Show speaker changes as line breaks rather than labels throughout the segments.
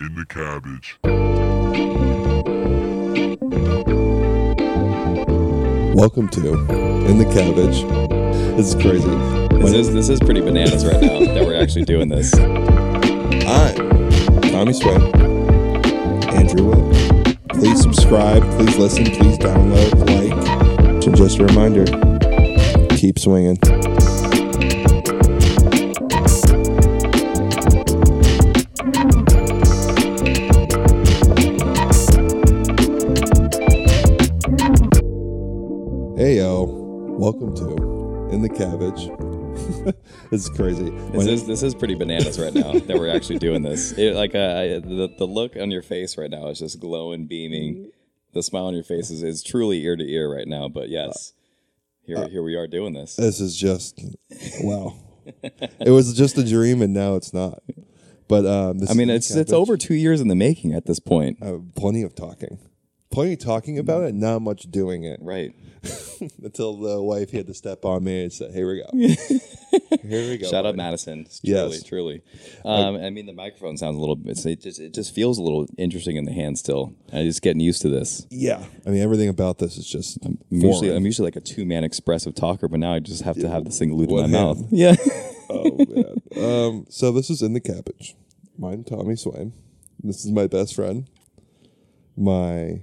in the cabbage.
Welcome to In the Cabbage. This is crazy. My
This
name-
is, this is pretty bananas right now that we're actually doing this.
I'm Tommy Sweat, Andrew Wood. Please subscribe, please listen, please download, like. And just a reminder keep swinging. Hey yo, welcome to In the Cabbage. this is crazy. My
This is, this is pretty bananas right now that we're actually doing this. It, like uh, I, the, the look on your face right now is just glowing, beaming. The smile on your face is, is truly ear to ear right now. But yes, here here we are doing this.
This is just wow. it was just a dream, and now it's not. But um, this
I mean,
is-
it's it's over two years in the making at this point.
Uh, plenty of talking, plenty of talking about it, not much doing it.
Right.
Until the wife had to step on me and said, "Here we go, here we go."
Shout out
buddy."
Madison. It's Truly,
Yes.
truly. Um, I mean, the microphone sounds a little bit. It just, it just feels a little interesting in the hand still. I'm just getting used to this.
Yeah, I mean, everything about this is just
I'm usually,
foreign.
I'm usually like a two man expressive talker, but now I just have to have this thing looped in my
One hand.
mouth. Yeah.
oh man. Um, so this is in the cabbage. Mine, Tommy Swain. This is my best friend, my,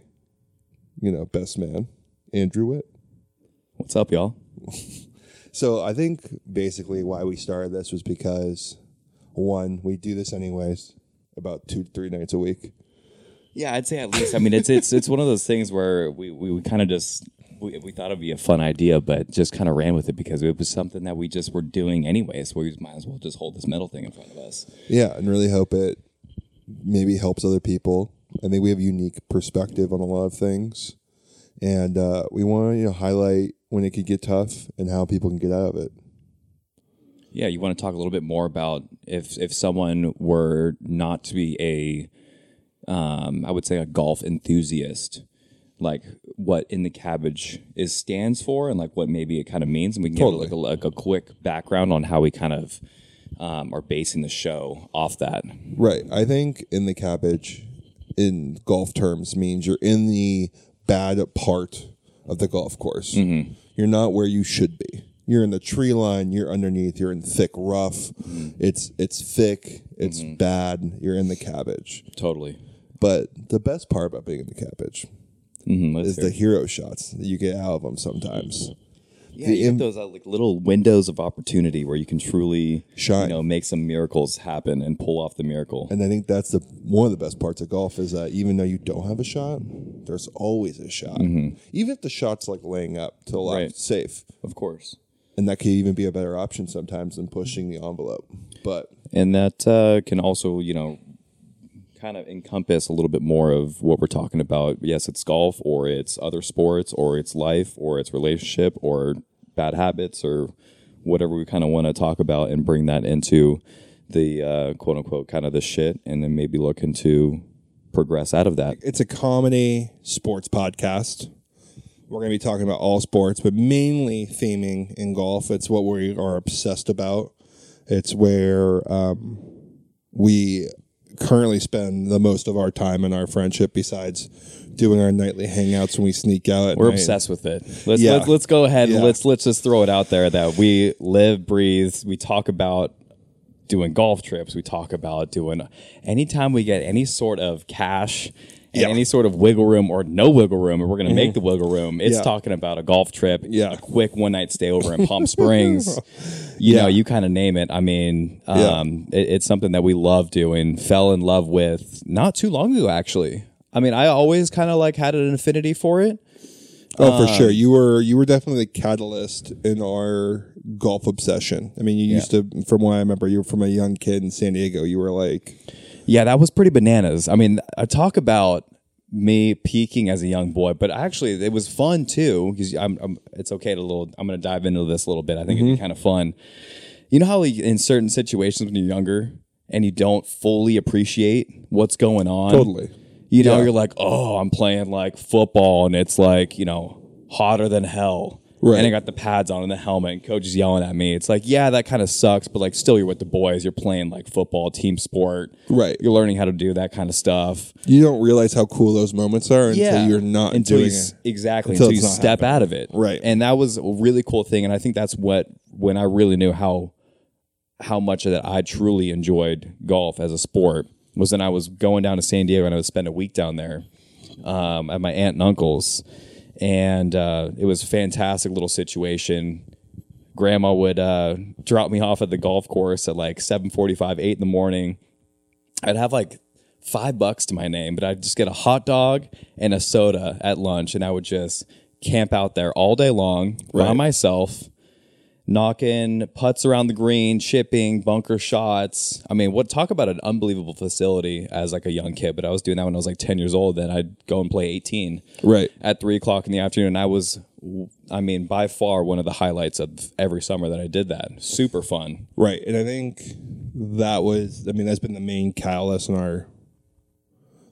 you know, best man, Andrew Witt.
What's up, y'all?
So I think basically why we started this was because one, we do this anyways, about two to three nights a week.
Yeah, I'd say at least. I mean, it's it's it's one of those things where we we, we kind of just we, we thought it'd be a fun idea, but just kind of ran with it because it was something that we just were doing anyways. Where we might as well just hold this metal thing in front of us.
Yeah, and really hope it maybe helps other people. I think we have a unique perspective on a lot of things, and uh, we want to you know highlight when it could get tough and how people can get out of it.
Yeah, you want to talk a little bit more about if if someone were not to be a, um, I would say a golf enthusiast, like what in the cabbage is stands for, and like what maybe it kind of means, and we can give like a, like a quick background on how we kind of um, are basing the show off that.
Right. I think in the cabbage, in golf terms, means you're in the bad part of the golf course. You're not where you should be. You're in the tree line. You're underneath. You're in thick rough. It's it's thick. It's bad. You're in the cabbage.
Totally.
But the best part about being in the cabbage
Mm-hmm.
is the hero shots that you get out of them sometimes.
yeah,
the
you get
im-
those uh, like little windows of opportunity where you can truly
Shine.
you know, make some miracles happen and pull off the miracle.
And I think that's the one of the best parts of golf is that even though you don't have a shot, there's always a shot. Even if the shot's like laying up to the left,
Right.
safe.
of course.
and that could even be a better option sometimes than pushing the envelope. But
and that uh, can also you know kind of encompass a little bit more of what we're talking about yes it's golf or it's other sports or it's life or it's relationship or bad habits or whatever we kind of want to talk about and bring that into the uh, quote unquote kind of the shit and then maybe looking to progress out of that
it's a comedy sports podcast. We're going to be talking about all sports, but mainly theming in golf. It's what we are obsessed about. It's where um, we currently spend the most of our time in our friendship, besides doing our nightly hangouts when we sneak out. At
we're
night.
obsessed with it let's,
Yeah.
let's let's go ahead
Yeah.
and let's let's just throw it out there that we live breathe we talk about doing golf trips. We talk about doing anytime we get any sort of cash and
Yeah. Mm-hmm.
any sort of wiggle room or no wiggle room, and we're going to make the wiggle room. It's
Yeah.
talking about a golf trip,
Yeah.
a quick one night stay over in Palm Springs. You know, you kind of name it. I mean,
Yeah.
um, it, it's something that we love doing, fell in love with not too long ago, actually. I mean, I always kind of like had an affinity for it.
Oh,
Uh,
for sure. You were you were definitely the catalyst in our golf obsession. I mean, you used to, from what I remember, you were from a young kid in San Diego. You were like,
Yeah, that was pretty bananas. I mean, I talk about me peaking as a young boy, but actually it was fun too because I'm, I'm. It's okay to little. I'm going to dive into this a little bit. I think it'd
Mm-hmm.
be kind of fun. You know how like, in certain situations when you're younger and you don't fully appreciate what's going on.
Totally.
You know,
Yeah.
you're like, oh, I'm playing like football and it's like you know hotter than hell.
Right.
And I got the pads on and the helmet, and coach is yelling at me. It's like, yeah, that kind of sucks, but like, still, you're with the boys. You're playing like football, team sport.
Right.
You're learning how to do that kind of stuff.
You don't realize how cool those moments are until you're not
until
doing
you, s-
it.
Exactly.
until
Until, you
it's not
step out of it.
Right.
And that was a really cool thing. And I think that's what when I really knew how how much of that I truly enjoyed golf as a sport was then I was going down to San Diego and I would spend a week down there um, at my aunt and uncle's. And uh, it was a fantastic little situation. Grandma would uh, drop me off at the golf course at like 7.45, 8 in the morning. I'd have like five bucks to my name, but I'd just get a hot dog and a soda at lunch, and I would just camp out there all day long by
Right.
myself, knocking putts around the green, chipping, bunker shots. I mean, what talk about an unbelievable facility as like a young kid, but I was doing that when I was like 10 years old. Then I'd go and play 18
Right.
at three o'clock in the afternoon. I was, I mean, by far one of the highlights of every summer that I did that. Super fun.
Right. And I think that was, I mean, that's been the main catalyst in our,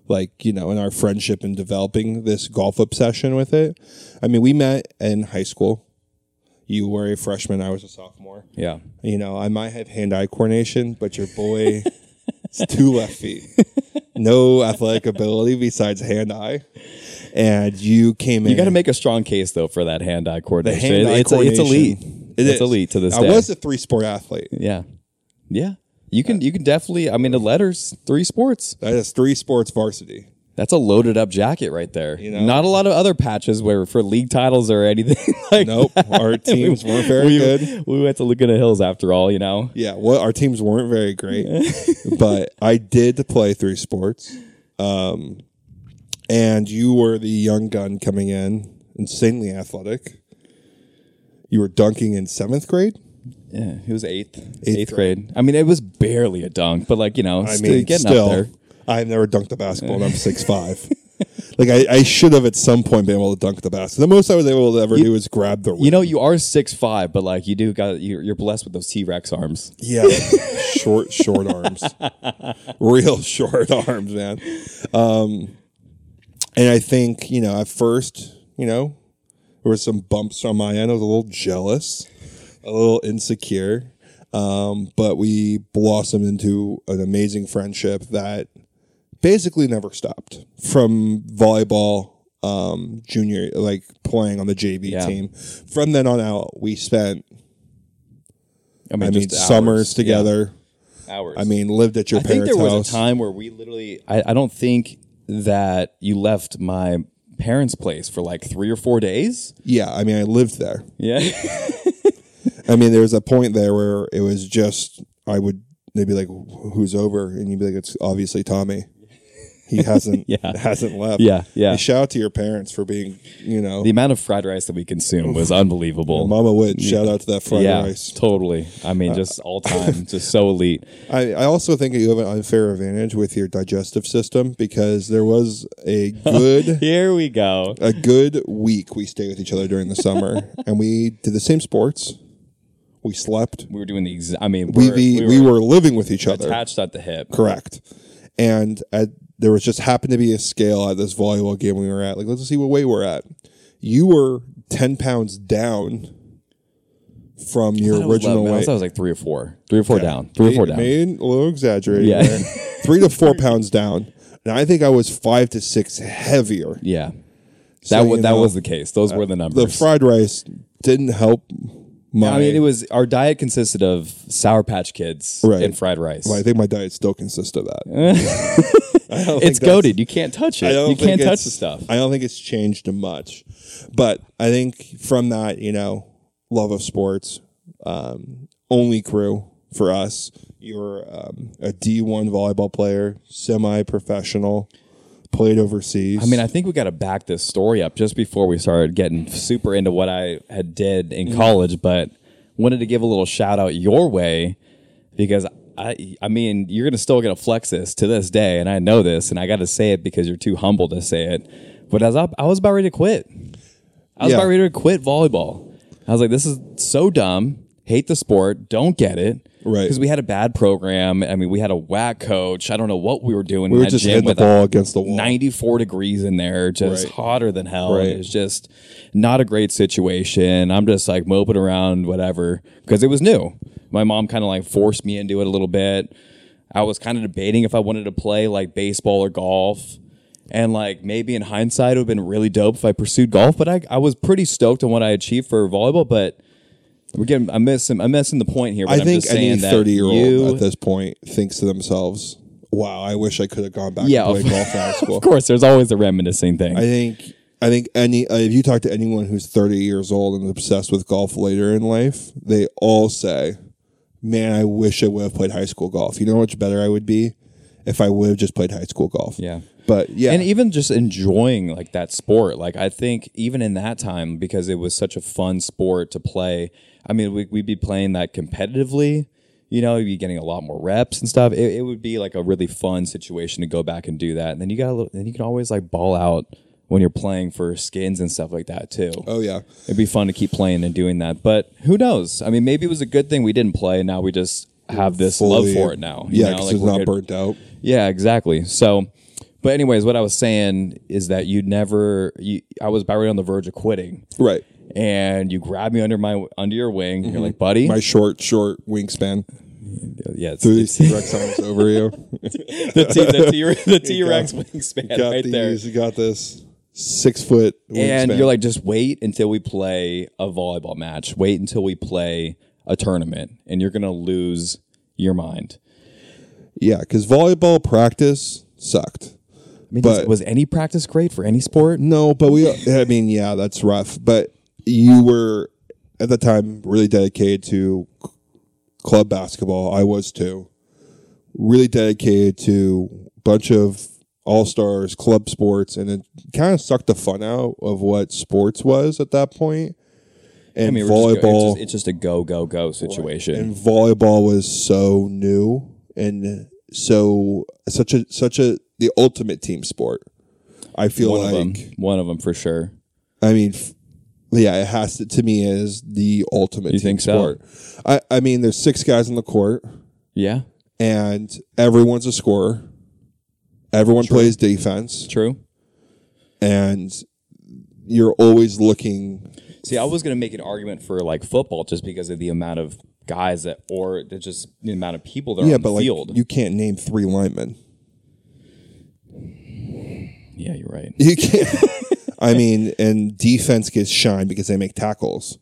like, you know, in our friendship and developing this golf obsession with it. I mean, we met in high school. You were a freshman, I was a sophomore.
Yeah.
You know, I might have hand eye coordination, but your boy is two left feet. No athletic ability besides hand eye. And you came in.
You got to make a strong case though for that hand-eye coordination.
hand-eye
It- it's, a- it's elite.
coordination. It
it's
is.
elite to this
I
day.
was a three sport athlete.
yeah, yeah. You can you can definitely. I mean, the letters, three sports.
That is three sports varsity.
That's a loaded up jacket right there.
know?
Not a lot of other patches where for league titles or anything. like
Nope. Our teams weren't very
we,
good.
we went to Laguna Hills after all. You know.
Yeah, well, our teams weren't very great, but I did play three sports. Um, and you were the young gun coming in, insanely athletic. You were dunking in seventh grade.
Yeah, it was eighth, eighth,
grade.
grade. I mean, it was barely a dunk, but like you know,
I
still
mean,
getting
still,
up there.
I've never dunked a basketball, and I'm six five. Like I, I should have at some point been able to dunk the basketball. The most I was able to ever do is grab the.
You know, you are six five, but like you do got you're, you're blessed with those T Rex arms.
Yeah, short, short arms, real short arms, man. Um, and I think you know at first, you know, there was some bumps on my end. I was a little jealous, a little insecure, um, but we blossomed into an amazing friendship that basically never stopped from volleyball um junior like playing on the JV
Yeah.
team from then on out we spent
I mean,
I mean
just hours.
summers
Yeah,
together
hours.
I mean, lived at your
I think
parents'
there was
house.
a time where we literally. I, I don't think that you left my parents' place for like three or four days.
yeah, I mean, I lived there.
Yeah,
I mean, there was a point there where it was just I would they'd be like, "Wh- "Who's over?" and you'd be like, "It's obviously Tommy. He hasn't
Yeah.
hasn't left."
Yeah, yeah.
Hey, shout out to your parents for being, you know,
the amount of fried rice that we consumed was unbelievable.
Mama Wit. Shout out to that fried
yeah,
rice. Uh,
totally. I mean, just all time, just so elite.
I, I also think you have an unfair advantage with your digestive system because there was a good
Here we go.
a good week we stayed with each other during the summer and we did the same sports. We slept.
We were doing the. Exa- I mean,
we,
we're,
the, we, were, living with each other.
attached at the hip.
Correct. And at, there was just happened to be a scale at this volleyball game we were at. Like, let's see what weight we're at. You were 10 pounds down from your
I was
original
eleven. I
weight.
was- I was like three or four, three or four down, three or four down.
Made a little exaggerated.
Yeah.
there. Three to four pounds down. And I think I was five to six heavier.
Yeah, that
So,
was
you
that
know,
was the case. Those were uh, the numbers.
The fried rice didn't help my.
I mean, it was our diet consisted of Sour Patch Kids
Right.
and fried rice.
I think my diet still consists of that. I don't think that's-
it's goaded. You can't touch
I
it.
don't
You
think
can't touch
it's-
the stuff.
I don't think it's changed much, but I think from that, you know, love of sports, um, only crew for us. You're um, a D1 volleyball player, semi-professional, played overseas.
I mean, I think we got to back this story up just before we started getting super into what I had did
Mm.
in college, but wanted to give a little shout out your way because I I mean, you're going to still get to flex this to this day and I know this and I got to say it because you're too humble to say it. But as I, I was about ready to quit. I was
Yeah.
about ready to quit volleyball. I was like this is so dumb. hate the sport, don't get it.
Right.
Because we had a bad program. I mean, we had a whack coach. I don't know what we were doing.
We
in
were
that
just hitting
gym
the
with a
ball against the wall.
94 degrees in there, just
Right.
hotter than hell.
Right.
It was just not a great situation. I'm just like moping around, whatever, because it was new. My mom kind of like forced me into it a little bit. I was kind of debating if I wanted to play like baseball or golf. And like maybe in hindsight, it would have been really dope if I pursued golf, but I, I was pretty stoked on what I achieved for volleyball. But we're getting, I'm missing, I'm missing the point here. But
I
am
think
just
any
saying that
thirty-year-old
you,
at this point thinks to themselves, "Wow, I wish I could have gone back
Yeah,
and
of-
played golf in high school."
of course, there's always a reminiscing thing.
I think I think any uh, if you talk to anyone who's 30 years old and obsessed with golf later in life, they all say, "Man, I wish I would have played high school golf. You know how much better I would be if I would have just played high school golf."
Yeah.
but yeah,
and e- even just enjoying like that sport like i think even in that time because it was such a fun sport to play i mean we, we'd be playing that competitively you know you'd be getting a lot more reps and stuff it, it would be like a really fun situation to go back and do that and then you got a little then you can always like ball out when you're playing for skins and stuff like that too
oh yeah,
it'd be fun to keep playing and doing that but who knows i mean maybe it was a good thing we didn't play and now we just have this love
Fully-
for it now you
Yeah,
know,
because
like,
it's
we're
not
good-
burnt out.
yeah, exactly. So, but anyways, what I was saying is that you never. You, I was about right on the verge of quitting,
Right,
and you grabbed me under my under your wing. You're like, buddy,
Mm-hmm. my short, short wingspan.
yeah, it's
The
the,
T Rex arms over you.
the, T, the, T, the T Rex wingspan
Got
right there.
these. You got this six foot.
And
wingspan.
you're like, just wait until we play a volleyball match. Wait until we play a tournament, and you're gonna lose your mind.
yeah, because volleyball practice sucked.
I mean, does-
But- Mm,
was any practice great for any sport?
No, but we. I mean, yeah, that's rough. But you were at the time really dedicated to c- club basketball. I was too. Really dedicated to a bunch of all stars, club sports, and it kind of sucked the fun out of what sports was at that point. And
I mean, we're just go-
volleyball
it's, just, it's just a go go go situation.
and volleyball was so new and so such a such a the ultimate team sport. I feel
one
like
of them, one of them for sure.
I mean, f- yeah, it has to to me is the ultimate
You
team
think so?
sport. I I mean, there's six guys on the court,
Yeah,
and everyone's a scorer. Everyone plays defense,
true.
and you're always looking.
See, I was gonna make an argument for like football just because of the amount of guys that, or the- just the amount of people that are
Yeah,
on
but
the
like
field.
you can't name three linemen.
yeah, you're right.
You can't. I mean, and defense gets shined because they make tackles.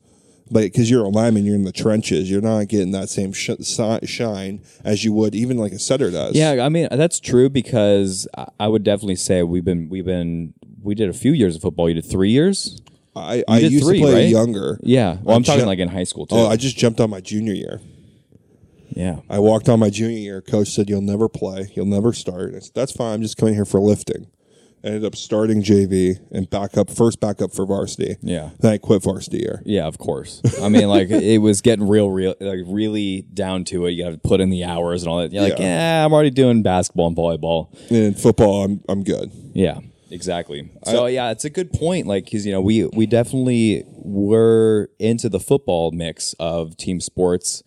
But because you're a lineman, you're in the trenches. You're not getting that same sh- si- shine as you would even like a setter does.
Yeah, I mean that's true because I- I would definitely say we've been we've been we did a few years of football. You did three years.
I, I
did
used
three,
to play
right?
younger.
Yeah, well, I'm talking
ju-
like in high school too.
Oh, I just jumped on my junior year.
yeah,
I walked on my junior year. Coach said, "You'll never play. You'll never start." I said, That's fine. I'm just coming here for lifting. I ended up starting JV and back up first back up for varsity.
Yeah.
Then I quit varsity year.
yeah, of course. I mean, like it was getting real, real, like really down to it. You got to put in the hours and all that. You're like,
Yeah.
yeah, I'm already doing basketball and volleyball.
And football, I'm I'm good.
Yeah, exactly. So yeah, it's a good point. Like, cause you know, we we definitely were into the football mix of team sports,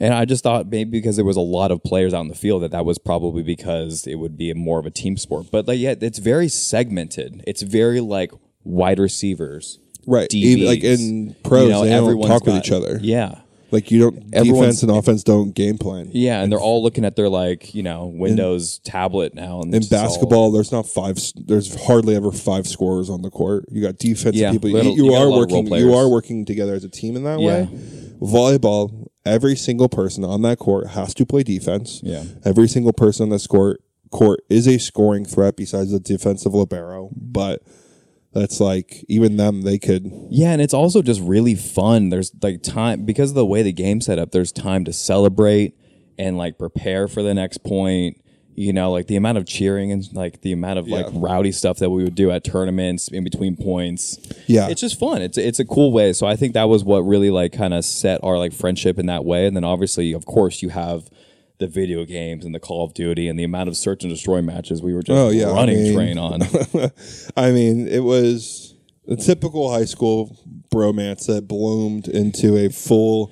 and I just thought maybe because there was a lot of players out in the field that that was probably because it would be more of a team sport. But like, yeah, it's very segmented. It's very like wide receivers,
Right.
DBs.
Even, like in pros,
You know,
they don't
everyone's
talk with
got-
each other.
Yeah.
Like you don't
Everyone's-
defense and offense don't game plan.
Yeah, and they're all looking at their like you know Windows tablet now. And
In
it's all-
basketball, there's not five. s- There's hardly ever five scorers on the court. You got defensive
Yeah,
people. You-
little-
you,
you got a
are
lot of role
working. You
players.
are working together as a team in that way.
Yeah.
Volleyball, every single person on that court has to play defense.
Yeah.
Every single person on this court court is a scoring threat besides the defensive libero. But that's like even them. They could.
Yeah, and it's also just really fun. There's like time because of the way the game's set up, there's time to celebrate and like prepare for the next point. You know, like the amount of cheering and like the amount of like
Yeah.
rowdy stuff that we would do at tournaments in between points.
Yeah.
It's just fun. It's it's a cool way. So I think that was what really like kind of set our like friendship in that way. And then obviously, of course, you have the video games and the Call of Duty and the amount of search and destroy matches we were just
Oh, yeah. I
running
mean-
train on.
I mean, it was a typical high school bromance that bloomed into a full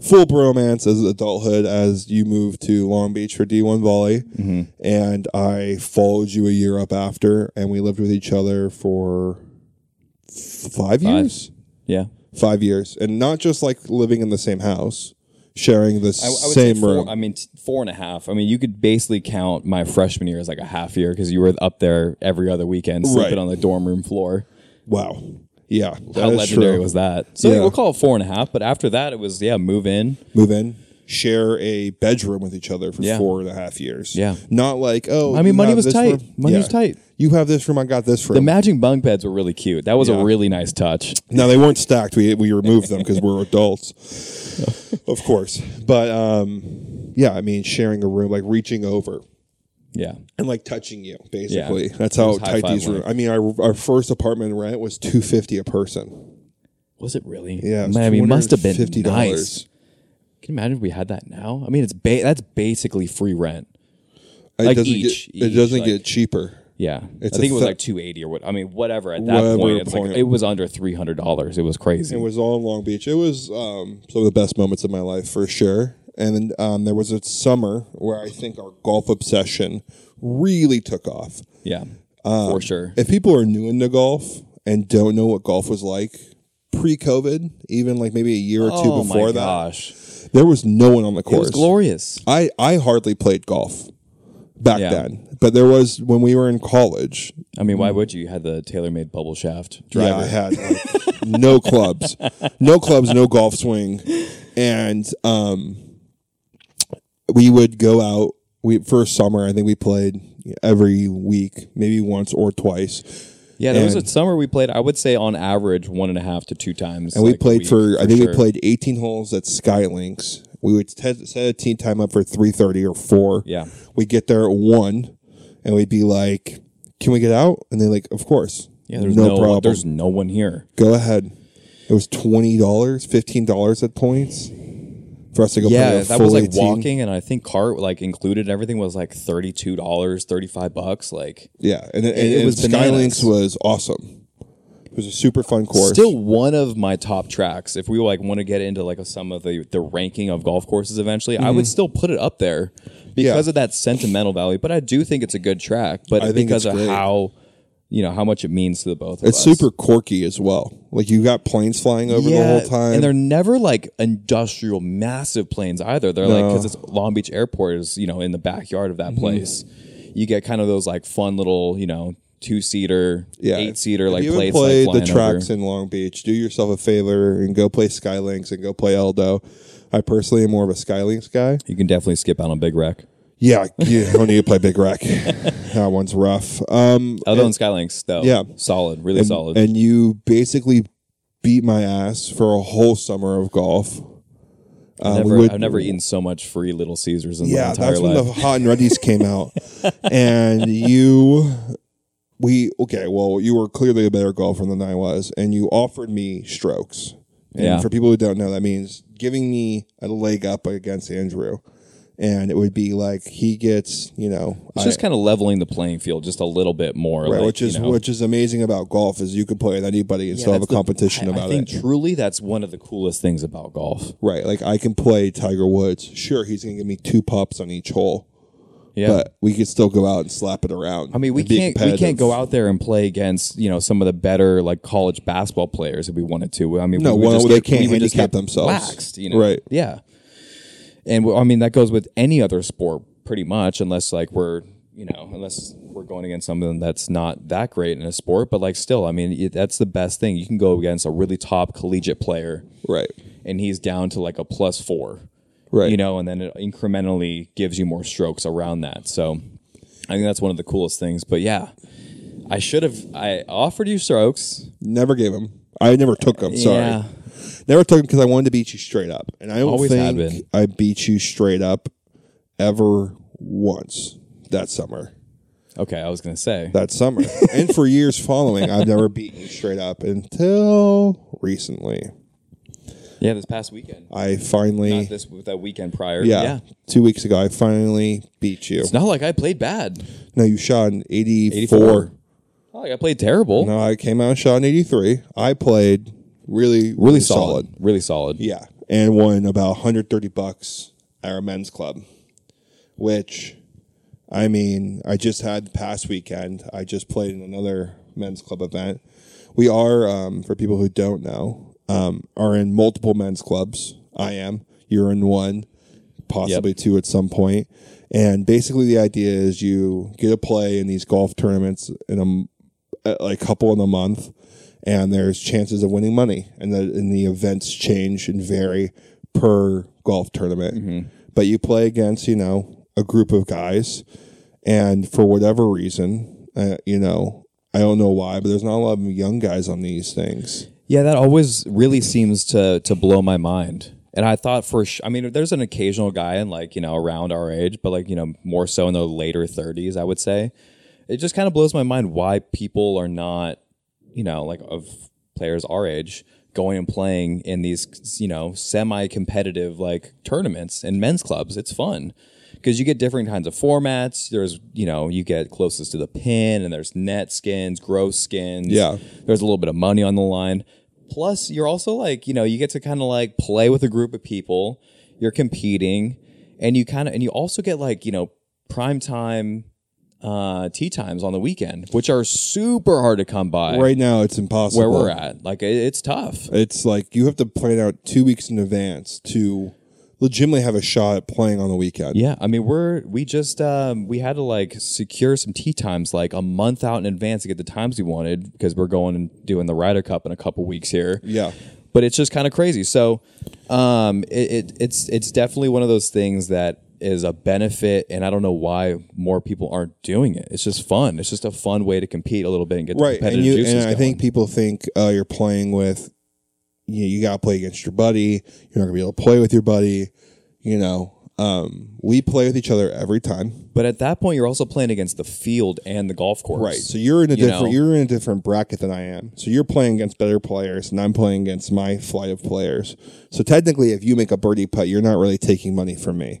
full bromance as adulthood as you moved to Long Beach for D1 volley,
Mm-hmm.
and I followed you a year up after, and we lived with each other for f- five years.
Yeah.
Five years, and not just like living in the same house, sharing the
I, I would
same
say four,
room.
I mean, t- four and a half. I mean, you could basically count my freshman year as like a half year because you were up there every other weekend sleeping
Right.
on the dorm room floor.
wow, yeah, that
How
is
legendary
true.
was that? So
Yeah.
we'll call it four and a half. But after that, it was yeah, move in.
move in, share a bedroom with each other for
Yeah.
four and a half years.
Yeah.
Not like, oh,
I mean,
you
money
have
was
this
tight.
room.
Money
Yeah.
was tight.
You have this room, I got this
The
room.
matching bunk beds were really cute. That was
Yeah.
a really nice touch.
no, they weren't stacked. We, we removed them because we're adults, of course. But um, yeah, I mean, sharing a room, like reaching over
Yeah.
and like touching you, basically. That's how
was high
tight
five
these
line.
rooms. I mean, our, our first apartment rent was two fifty a person.
Was it really?
Yeah, it was
Man, I mean, it must have been
$250.
nice. Can you imagine if we had that now? I mean, it's ba- that's basically free rent.
It
Like
doesn't
each-
get, it
each,
doesn't
like-
get cheaper.
Yeah,
It's
I
a
think it was
th-
like two eighty or what. I mean, whatever. At that
Whatever
point, it's
point.
like it was under three hundred dollars. It was crazy.
It was all in Long Beach. It was um, some of the best moments of my life for sure. And um, there was a summer where I think our golf obsession really took off.
yeah,
Uh,
for sure.
If people are new into golf and don't know what golf was like pre-COVID, even like maybe a year or two before that,
gosh,
there was no one on the
Oh it
course.
was glorious.
I I hardly played golf back
Yeah.
then, but there was when we were in college.
I mean, why would you? You had the tailor-made bubble shaft
Yeah, I
driver.
had like, no clubs, no clubs, no golf swing, and um, we would go out. We first summer, I think we played every week, maybe once or twice,
Yeah, there was
And-
a summer we played. I would say on average one and a half to two times.
and we
like, a
played
week,
for. I think
sure.
we played eighteen holes at Skylinks. We would t- set a tee time up for three thirty or four.
Yeah.
we get there at one, and we'd be like, "Can we get out?" And they like, "Of course."
Yeah, there's no, There's no one here.
go ahead. It was twenty dollars, fifteen dollars at points for us to go. play
Yeah,
a
that
full
was like
18.
walking, and I think cart like included everything was like thirty-two dollars, thirty-five bucks. Like
Yeah, and, and,
It
and
was
Skylinks
bananas.
was awesome. It was a super fun course.
Still one of my top tracks. If we like want to get into like some of the the ranking of golf courses eventually, I would still put it up there because
Mm-hmm. Yeah.
of that sentimental value. But I do think it's a good track, but
I think
because
it's
of
great.
how you know how much it means to the both of
it's
us.
super corky as well. Like you got planes flying over the whole time.
and they're never like industrial massive planes either. They're like because it's Long Beach Airport is you know in the backyard of that
Mm-hmm.
place. You get kind of those like fun little you know two seater,
yeah,
eight seater
If
like
you haven't
plates.
played
like,
the
flying over.
tracks in Long Beach. Do yourself a favor and go play Skylinks and go play Eldo. I personally am more of a Skylinks guy.
You can definitely skip out on Big Wreck.
Yeah, you don't need to play Big Wreck. that one's rough. Um,
Other than Skylinks, though,
Yeah.
solid, really solid.
and you basically beat my ass for a whole summer of golf. Uh,
never,
we would-
I've never eaten so much free Little Caesars in my
yeah,
entire
that's when
life.
the hot and ready's came out, and you, we okay. Well, you were clearly a better golfer than I was, and you offered me strokes. And
Yeah.
for people who don't know, that means giving me a leg up against Andrew, and it would be like he gets you know
it's just kind of leveling the playing field just a little bit more,
I-
like,
which is
you know.
which is amazing about golf is you can play with anybody and
Yeah,
still have a
that's the-
competition
I-
about
I think
it.
truly, that's one of the coolest things about golf.
Right. Like I can play Tiger Woods. Sure, he's going to give me two pops on each hole,
Yeah,
but we could still go out and slap it around.
I mean, we can't we can't go out there and play against you know some of the better like college basketball players if we wanted to. I mean,
No,
we would
well,
just
they
get- we
can't
would just
handicap
get
themselves.
waxed, you know?
Right.
Yeah, and well, I mean that goes with any other sport pretty much, unless like we're you know unless we're going against something that's not that great in a sport. But like still, I mean it, that's the best thing you can go against a really top collegiate player,
Right.
and he's down to like a plus four,
Right.
You know, and then it incrementally gives you more strokes around that. So I think that's one of the coolest things. But yeah, I should have. I offered you strokes.
Never gave him. I never took him. Sorry.
Yeah.
Never took him because I wanted to beat you straight up, and I don't
Always had
think I beat you straight up ever once that summer.
Okay, I was gonna say.
That summer, and for years following, I've never beaten you straight up until recently.
Yeah, this past weekend.
I finally,
Not this that weekend prior.
yeah, two weeks ago, I finally beat you.
It's not like I played bad.
No, you shot an 84.
84. Not like I played terrible.
No, I came out and shot an 83. I played really, really,
Really solid.
solid.
Really solid.
Yeah. and won about 130 bucks at our men's club, which I mean, I just had the past weekend. I just played in another men's club event. We are, um, for people who don't know, um, are in multiple men's clubs. I am. You're in one, possibly two at some point. And basically, the idea is you get to play in these golf tournaments in a m- uh, like couple in a month, and there's chances of winning money. And the and the events change and vary per golf tournament.
Mm-hmm.
But you play against you know a group of guys, and for whatever reason, uh, you know I don't know why, but there's not a lot of young guys on these things.
Yeah, that always really seems to to blow my mind. And I thought for sh- I mean, there's an occasional guy in like you know around our age, but like you know more so in the later 30s, I would say. It just kind of blows my mind why people are not, you know, like of players our age going and playing in these you know semi-competitive like tournaments in men's clubs. It's fun because you get different kinds of formats. There's you know you get closest to the pin, and there's net skins, gross skins
Yeah.
there's a little bit of money on the line. Plus, you're also like, you know, you get to kind of like play with a group of people. You're competing, and you kind of, and you also get like, you know, prime time uh, tea times on the weekend, which are super hard to come by
Right now, it's impossible.
where we're at. Like, it, it's tough.
It's like you have to plan out two weeks in advance to legitimately have a shot at playing on the weekend.
Yeah, I mean, we're we just um, we had to like secure some tea times like a month out in advance to get the times we wanted because we're going and doing the Ryder Cup in a couple weeks here.
Yeah.
but it's just kind of crazy. So, um, it, it it's it's definitely one of those things that is a benefit, and I don't know why more people aren't doing it. It's just fun. It's just a fun way to compete a little bit and get the
right and
competitive
you
juices
and i
going.
think people think uh, you're playing with you know, you got to play against your buddy you're not gonna be able to play with your buddy you know um, we play with each other every time
but at that point, you're also playing against the field and the golf course.
so you're in a
You
different
know.
you're in a different bracket than i am so you're playing against better players and i'm playing against my flight of players so technically if you make a birdie putt you're not really taking money from me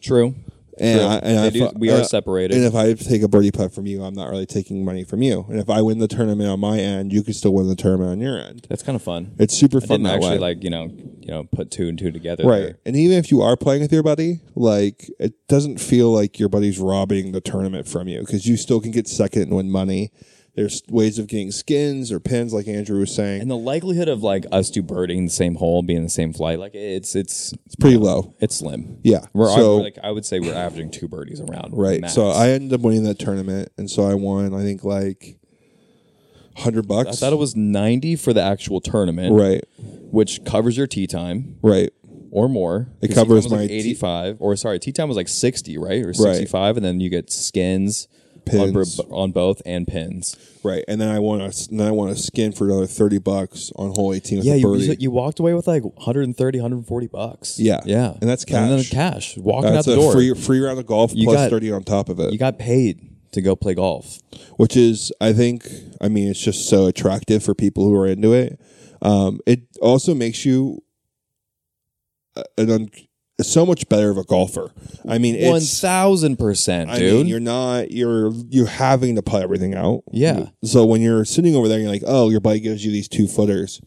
True.
and,
True.
I, and
They
I
do-
fu-
we are
uh,
separated.
And if I take a birdie putt from you, I'm not really taking money from you. And if I win the tournament on my end, you can still win the tournament on your end.
That's kind of fun.
It's super
I
fun
didn't
that
actually
way.
like you know you know put two and two together.
right.
there.
And even if you are playing with your buddy, like it doesn't feel like your buddy's robbing the tournament from you because you still can get second and win money. There's ways of getting skins or pins, like Andrew was saying.
And the likelihood of like us two birding the same hole, being in the same flight, like it's it's
It's pretty low.
it's slim.
Yeah.
We're
so
like I would say we're averaging two birdies around.
right.
max.
So I ended up winning that tournament, and so I won. I think like hundred bucks.
I thought it was 90 for the actual tournament,
right.
which covers your tea time
Right.
or more.
It
'Cause
covers
tea time was
my
like
tea-
85 or sorry, tea time was like 60, right? Or 65 and then you get skins on,
Pins.
br- on both and pins.
Right. And then I won a then I won a skin for another thirty bucks on hole eighteen with
Yeah,
a
you,
birdie.
you you walked away with like 130 140 bucks.
Yeah.
Yeah.
And that's
And then
cash.
cash walking
That's
out
a
the door.
free free round of golf plus
got-
thirty on top of it.
you got paid to go play golf.
which is I think I mean it's just so attractive for people who are into it. Um, it also makes you a- an un- so much better of a golfer. I mean, it's
1000%,
I
dude.
mean you're not you're you're having to putt everything out.
Yeah.
So when you're sitting over there, you're like, oh, your buddy gives you these two footers,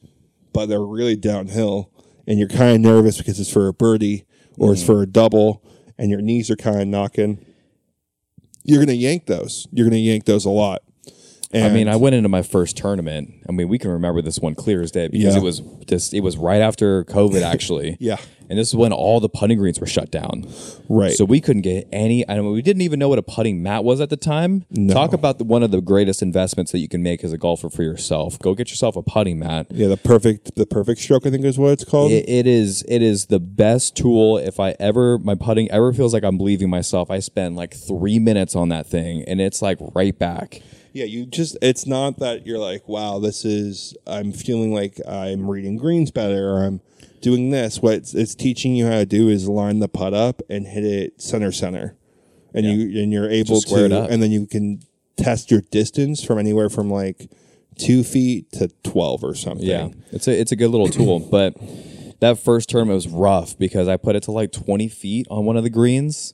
but they're really downhill, and you're kind of nervous because it's for a birdie or
Mm.
it's for a double, and your knees are kind of knocking. You're gonna yank those. You're gonna yank those a lot. And
I mean, I went into my first tournament. I mean, we can remember this one clear as day because
Yeah.
it was just it was right after COVID actually.
Yeah.
And this is when all the putting greens were shut down.
right.
So we couldn't get any I mean, we didn't even know what a putting mat was at the time. Talk about the, one of the greatest investments that you can make as a golfer for yourself. Go get yourself a putting mat.
yeah, the perfect the perfect stroke I think is what it's called.
It, it is it is the best tool. If I ever my putting ever feels like I'm believing myself, I spend like three minutes on that thing, and it's like right back.
Yeah, you just it's not that you're like, wow, this is I'm feeling like I'm reading greens better or I'm doing this. What it's, it's teaching you how to do is line the putt up and hit it center center. And you and you're able
Just square it
to
up.
and then you can test your distance from anywhere from like two feet to twelve or something.
Yeah, it's a it's a good little tool, but that first term it was rough because I put it to like twenty feet on one of the greens,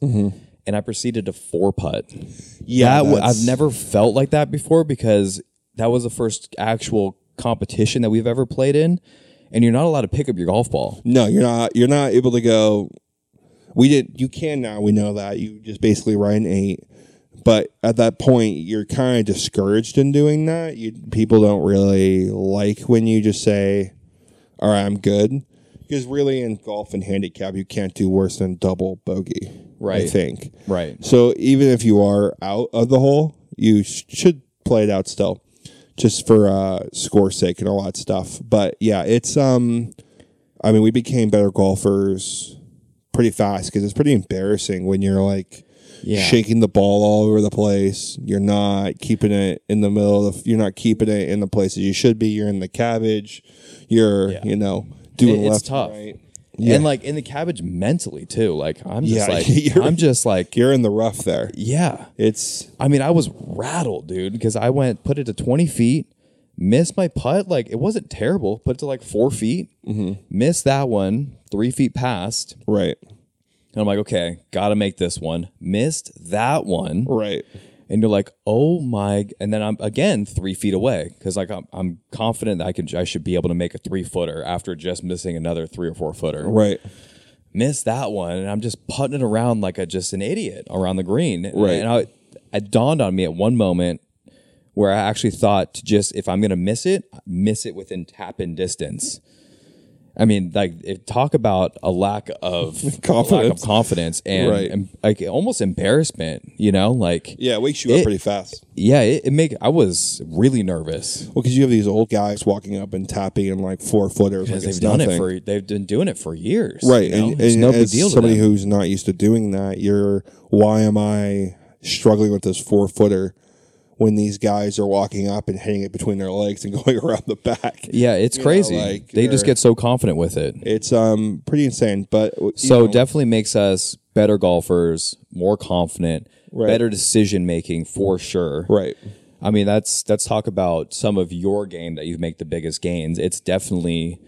and I proceeded to four putt.
Mm-hmm. Yeah,
That w-
that's-
I've never felt like that before because that was the first actual competition that we've ever played in, and you're not allowed to pick up your golf ball.
No, you're not. You're not able to go. We did. You can now. We know that you just basically ride an eight. But at that point, you're kind of discouraged in doing that. You people don't really like when you just say, "All right, I'm good," because really in golf and handicap, you can't do worse than double bogey. I
Right.
think.
Right.
So even if you are out of the hole, you sh- should play it out still, just for uh, score sake and all that stuff. But yeah, it's um, I mean, we became better golfers pretty fast because it's pretty embarrassing when you're like
Yeah.
shaking the ball all over the place. You're not keeping it in the middle of. You're not keeping it in the places you should be. You're in the cabbage. You're
Yeah.
you know doing
It- it's
left and
tough.
right.
And like in the cabbage mentally too. Like I'm just
Yeah,
like
you're-
I'm just like
You're in the rough there.
yeah.
It's
I mean, I was rattled, dude, because I went put it to 20 feet, missed my putt. Like it wasn't terrible. Put it to like four feet,
Mm-hmm.
missed that one, three feet past,
right,
and I'm like, okay, gotta make this one. Missed that one,
right.
and you're like, oh my! And then I'm again three feet away because like I'm, I'm confident that I can I should be able to make a three footer after just missing another three or four footer.
Right.
Missed that one, and I'm just putting it around like a just an idiot around the green.
Right.
And I, it dawned on me at one moment where I actually thought to just if I'm gonna miss it, miss it within tap in distance. I mean, like if, talk about a lack of
Confidence.
lack of confidence and,
Right.
and like almost embarrassment. You know, like
Yeah, it wakes you up
It-
pretty fast.
yeah, it, it make I was really nervous
Well, because you have these old guys walking up and tapping and like four footers. Like
because
it's
they've done
nothing.
it for they've been doing it for years,
right,
you know?
and,
It's
and
no big
as
deal. To
somebody
them.
who's not used to doing that, you're why am I struggling with this four footer when these guys are walking up and hitting it between their legs and going around the back?
yeah, it's
know,
crazy.
like,
they just
they're-
get so confident with it.
It's um pretty insane, but you
So
know,
definitely makes us better golfers, more confident,
Right.
better decision making for sure.
right,
I mean, that's that's talk about some of your game that you make the biggest gains. It's definitely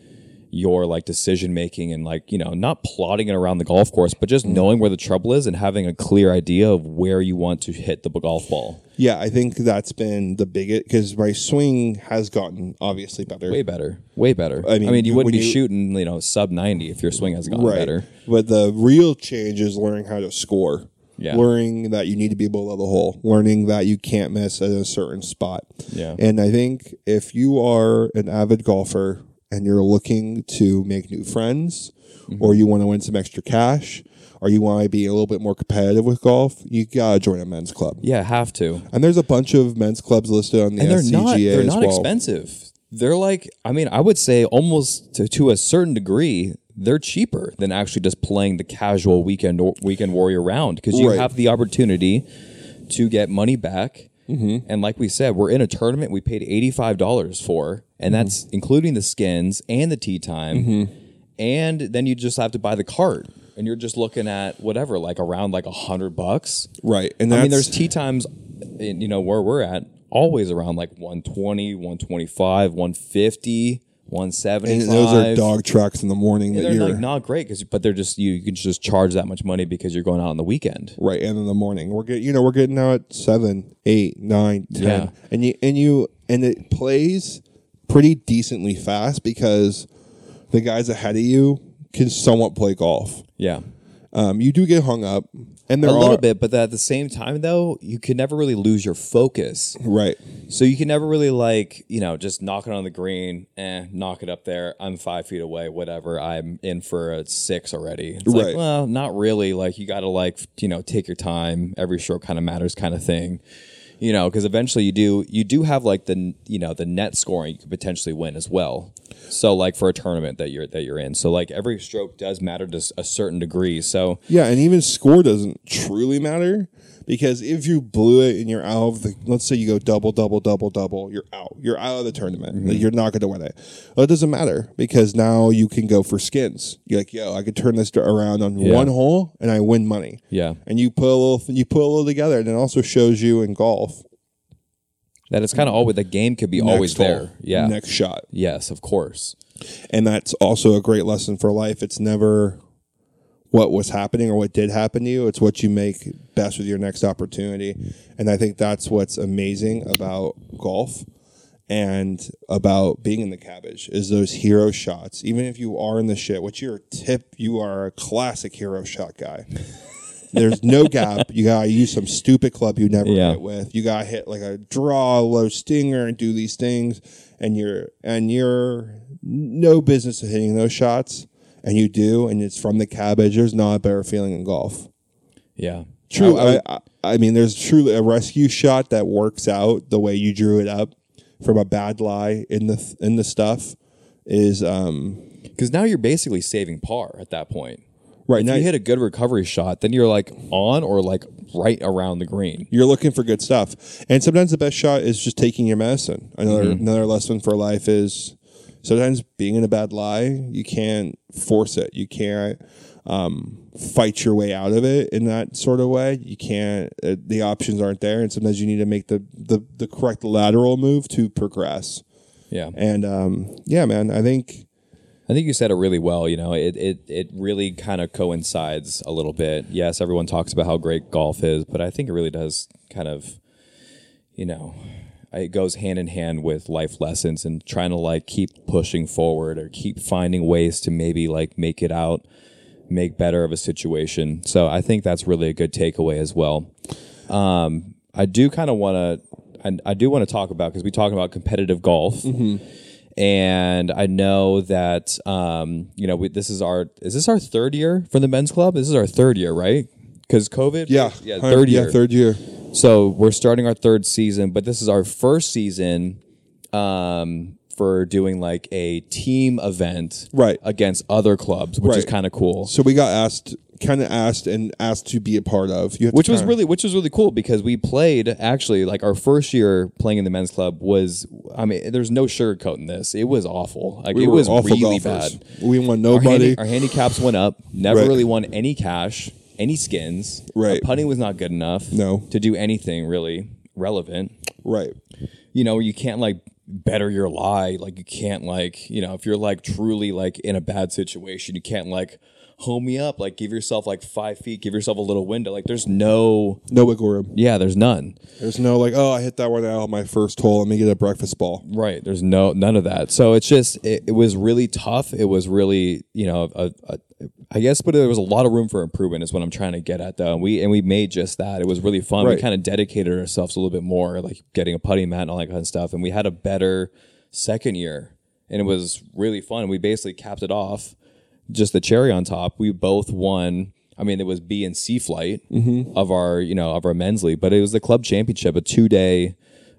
your like decision making and like you know not plotting it around the golf course, but just knowing where the trouble is and having a clear idea of where you want to hit the b- golf ball.
yeah, I think that's been the biggest because my swing has gotten obviously better.
Way better, way better. I
mean,
mean, you
you-
wouldn't
when
be
you-
shooting you know sub ninety if your swing has gotten better.
But the real change is learning how to score.
Yeah.
Learning that you need to be below the hole. Learning that you can't miss at a certain spot.
Yeah.
And I think if you are an avid golfer and you're looking to make new friends
Mm-hmm.
or you want to win some extra cash or you want to be a little bit more competitive with golf, you gotta join a men's club.
Yeah, have to.
And there's a bunch of men's clubs listed on the
and they're
SCGA
not they're
as
not
well.
expensive. They're like I mean I would say almost to, to a certain degree they're cheaper than actually just playing the casual weekend or weekend warrior round because you
Right.
have the opportunity to get money back.
Mm-hmm.
And like we said, we're in a tournament we paid eighty five dollars for, and
Mm-hmm.
that's including the skins and the tea time, and then you just have to buy the cart. And you're just looking at whatever, like around like a hundred bucks.
Right. And that's,
I mean, there's tea times, in, you know, where we're at, always around like 120, 125, 150, 175.
and those are dog tracks in the morning that
They're
you're
like not great, cause, but they're just, you, you can just charge that much money because you're going out on the weekend.
right and in the morning we're getting you know we're getting out at seven eight nine ten
Yeah.
and you and you and it plays pretty decently fast because the guys ahead of you can somewhat play golf
Yeah.
um, you do get hung up and there
A
are
little bit, but at the same time, though, you can never really lose your focus.
right
So you can never really, like, you know, just knock it on the green, eh, knock it up there. I'm five feet away, whatever. I'm in for a six already. It's
Right.
like, well, not really. Like, you got to, like, you know, take your time. Every stroke kind of matters, kind of thing. You know, because eventually you do, you do have like the, you know, the net scoring you could potentially win as well. So like for a tournament that you're that you're in, so like every stroke does matter to s- a certain degree. So
yeah and even score doesn't truly matter because if you blew it and you're out of the let's say you go double double double double you're out you're out of the tournament
Mm-hmm.
Like, you're not going to win it well, it doesn't matter because now you can go for skins you're like yo i could turn this around on one hole and i win money
yeah,
and you put a little you put a little together and it also shows you in golf
that it's kind of always the game could be always
next hole,
there. Yeah.
next shot
Yes, of course.
and that's also a great lesson for life it's never what was happening or what did happen to you it's what you make best with your next opportunity and i think that's what's amazing about golf and about being in the cabbage is those hero shots. Even if you are in the shit, what's your tip? You are a classic hero shot guy. There's no gap. You gotta use some stupid club you never
Yeah.
hit with. You gotta hit like a draw, a low stinger, and do these things. And you're and you're no business of hitting those shots, and you do, and it's from the cabbage. There's not a better feeling in golf.
Yeah.
True.
I- I-
I, I, I mean, there's truly a rescue shot that works out the way you drew it up from a bad lie in the th- in the stuff is um
Because now you're basically saving par at that point.
right now
You hit a good recovery shot, then you're like on or like right around the green.
you're looking for good stuff, and sometimes the best shot is just taking your medicine. Another
Mm-hmm.
another lesson for life is sometimes being in a bad lie, you can't force it. You can't um, fight your way out of it in that sort of way. You can't. Uh, the options aren't there, and sometimes you need to make the the, the correct lateral move to progress.
Yeah.
And um, yeah, man, I think
I think you said it really well. You know, it it, it really kind of coincides a little bit. Yes, everyone talks about how great golf is, but I think it really does kind of, you know, it goes hand in hand with life lessons and trying to like keep pushing forward or keep finding ways to maybe like make it out, make better of a situation. So I think that's really a good takeaway as well. Um, I do kind of want to. I, I do want to talk about because we talking about competitive golf
Mm-hmm.
and I know that um, you know we, this is our is this our third year for the men's club? This is our third year, right? Because COVID,
yeah,
yeah,
hundred-
third year.
yeah, third year.
So we're starting our third season, but this is our first season um, for doing like a team event,
Right.
Against other clubs, which is
Right.
kind of cool.
So we got asked, kind of asked, and asked to be a part of. You have to
which was
kinda-
really which was really cool because we played actually like our first year playing in the men's club was I mean there's no sugarcoating this it was awful like
we
it
were
was
awful
really
golfers.
bad
We won
our,
nobody.
handi- our handicaps went up. Never
Right.
really won any cash, any skins.
Right.
Our putting was not good enough.
No.
To do anything really relevant.
right.
You know, you can't like better your lie. Like you can't like you know if you're like truly like in a bad situation, you can't like home me up. Like give yourself like five feet. Give yourself a little window. Like there's no.
No wiggle room.
Yeah, there's none.
There's no like, oh, I hit that one out on my first hole. Let me get a breakfast ball.
Right. There's no none of that. So it's just it, it was really tough. It was really you know a, a, I guess, but there was a lot of room for improvement. Is what I'm trying to get at though. And we and we made just that. It was really fun.
Right.
We kind of dedicated ourselves a little bit more, like getting a putting mat and all that kind of stuff. And we had a better second year, and it was really fun. We basically capped it off. Just the cherry on top. We both won. I mean, it was B and C flight of our, you know, of our men's league, but it was the club championship, a two day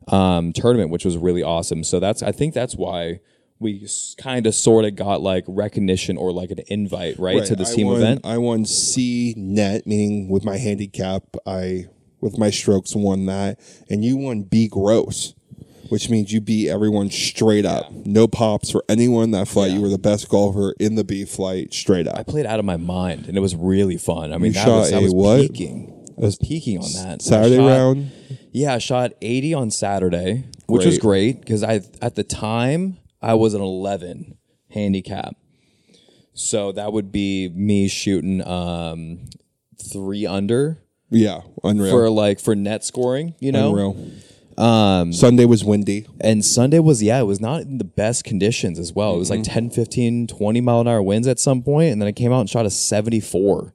um, tournament, which was really awesome. So that's I think that's why we kind of sort of got like recognition or like an invite, right, to this
I
team
won-
event.
I won C net, meaning with my handicap, I with my strokes won that, and you won B gross, which means you beat everyone straight up. No pops for anyone in that flight. You were the best golfer in the B flight straight up.
I played out of my mind, and it was really fun. I mean, that was,
shot
I
a
was
what?
peaking. I was peaking on that I
Saturday
shot-
round.
Yeah, I shot 80 on Saturday, which was great because I at the time I was an 11 handicap. So that would be me shooting um 3 under
Yeah, unreal.
for like for net scoring, you know.
unreal. Um, Sunday was windy.
And Sunday was yeah, it was not in the best conditions as well. It was like 10, 15, 20 mile an hour winds at some point and then I came out and shot a 74.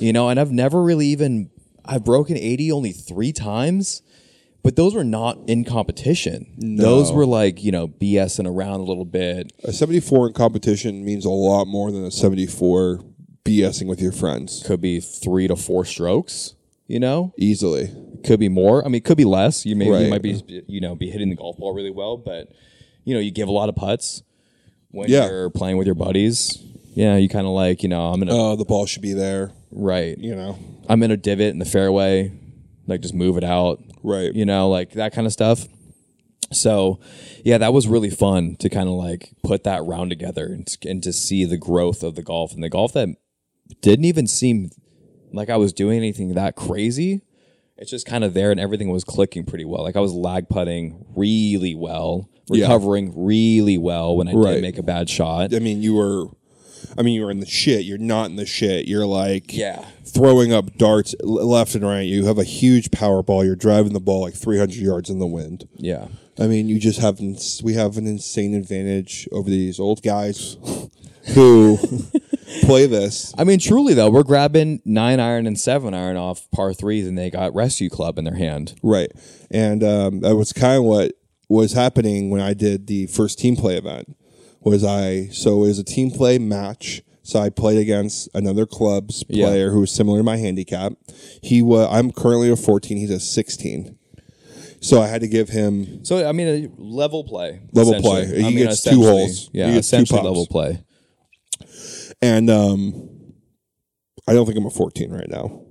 You know, and I've never really even I've broken 80 only 3 times. But those were not in competition. Those were like, you know, BSing around a little bit.
A 74 in competition means a lot more than a 74 BSing with your friends
Could be three to four strokes, you know?
easily.
could be more. I mean, it could be less. You may
Right.
you might be you know be hitting the golf ball really well, but you know you give a lot of putts when
Yeah.
you're playing with your buddies. Yeah, you kind of like you know I'm in a
Oh, the ball should be there.
right.
You know,
I'm in a divot in the fairway, like just move it out.
Right.
You know, like that kind of stuff. So, yeah, that was really fun to kind of like put that round together and, s- and to see the growth of the golf and the golf that didn't even seem like I was doing anything that crazy. It's just kind of there and everything was clicking pretty well. Like I was lag putting really well,
Yeah.
recovering really well when I
Right.
did make a bad shot.
I mean, you were, I mean, you were in the shit. You're not in the shit. You're like,
Yeah.
throwing up darts l- left and right. You have a huge power ball. You're driving the ball like 300 yards in the wind.
Yeah.
I mean, you just have ins- we have an insane advantage over these old guys who play this.
I mean, truly though, we're grabbing nine iron and seven iron off par threes, and they got rescue club in their hand.
Right. And um, that was kind of what was happening when I did the first team play event. Was I so it was a team play match. So I played against another club's
Yeah.
player who was similar to my handicap. He was I'm currently a 14. He's a 16. So I had to give him
So I mean, a level play,
Level
essentially.
play. He
I mean,
gets two
essentially,
holes.
Yeah,
He gets two
essentially
pops.
level play.
and um, I don't think I'm a 14 right now.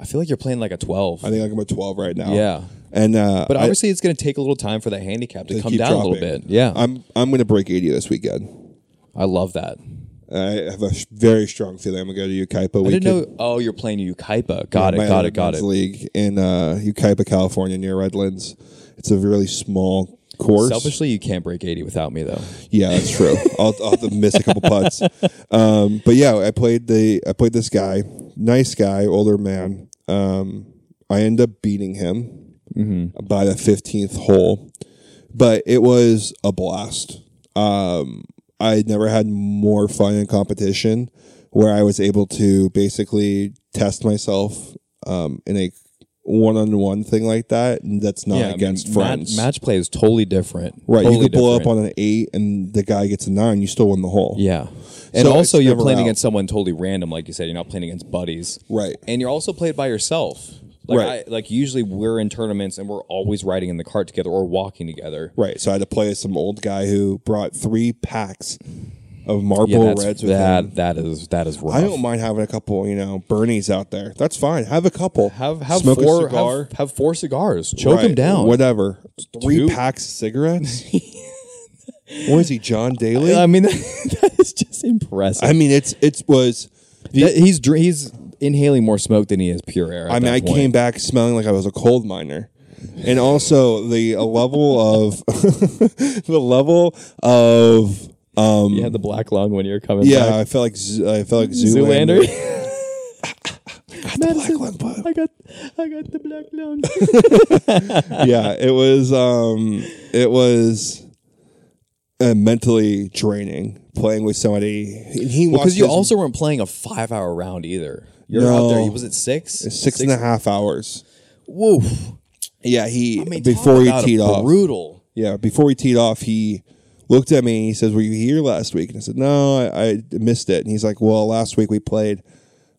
I feel like you're playing like a twelve.
I think like I'm a 12 right now.
yeah,
And uh,
but obviously it's going to take a little time for the handicap to
They
come
keep
down a little
dropping.
bit. Yeah, i
I'm I'm going to break 80 this weekend.
love that.
I have a sh- very strong feeling I'm going to go to Ukaipa.
I
We
didn't know. Oh, you're playing Ukaipa. Got it.
my
Got it.
other
Got
men's
it.
League in uh, Ukaipa, California, near Redlands. It's a really small course.
Selfishly, you can't break eighty without me though.
Yeah, that's true. I'll, I'll have to miss a couple putts. Um, but yeah, I played the I played this guy, nice guy, older man. Um, I end up beating him
Mm-hmm.
by the fifteenth hole, but it was a blast. Um, I had never had more fun in competition, where I was able to basically test myself um, in a one-on-one thing like that. And that's not
I mean,
against
mat-
friends.
match play is totally different.
Right,
Totally
you could blow up
different.
on an eight, and the guy gets a nine. You still win the hole.
Yeah. And
So
also,
it's
you're
never
playing
out.
against someone totally random, like you said. You're not playing against buddies,
Right.
And you're also played by yourself. Like
Right.
I, like usually we're in tournaments and we're always riding in the cart together or walking together.
right. So I had to play some old guy who brought three packs of marble
Yeah, that's,
reds with
that
him.
that is that is rough.
I don't mind having a couple, you know, Bernies out there. That's fine. Have a couple.
have have
Smoke a
four
cigar.
have, have four cigars. Choke
Right,
them down.
Whatever. Three
Two.
packs of cigarettes. what is he, John Daly?
I mean, that is just impressive.
I mean, it's it was. The,
That- he's dr- he's inhaling more smoke than he is pure air. at
I mean,
that
I
point.
came back smelling like I was a cold miner, and also the uh, level of the level of um,
You had the black lung when you were coming
yeah,
back.
I felt like Z- I felt like Zoolander.
Zoolander. Madison,
Black lung,
I got, I got the black lung.
yeah, it was um it was uh, mentally draining playing with somebody. And he
Because
watched
you
his
also weren't playing a five-hour round either. You're out there.
No.
He was at six.
six and a half hours.
Whoa.
Yeah, he
I mean, talk
before he
about a
teed off.
brutal.
Yeah, before he teed off, he looked at me and he says, "Were you here last week?" And I said, "No, I, I missed it." And he's like, "Well, last week we played.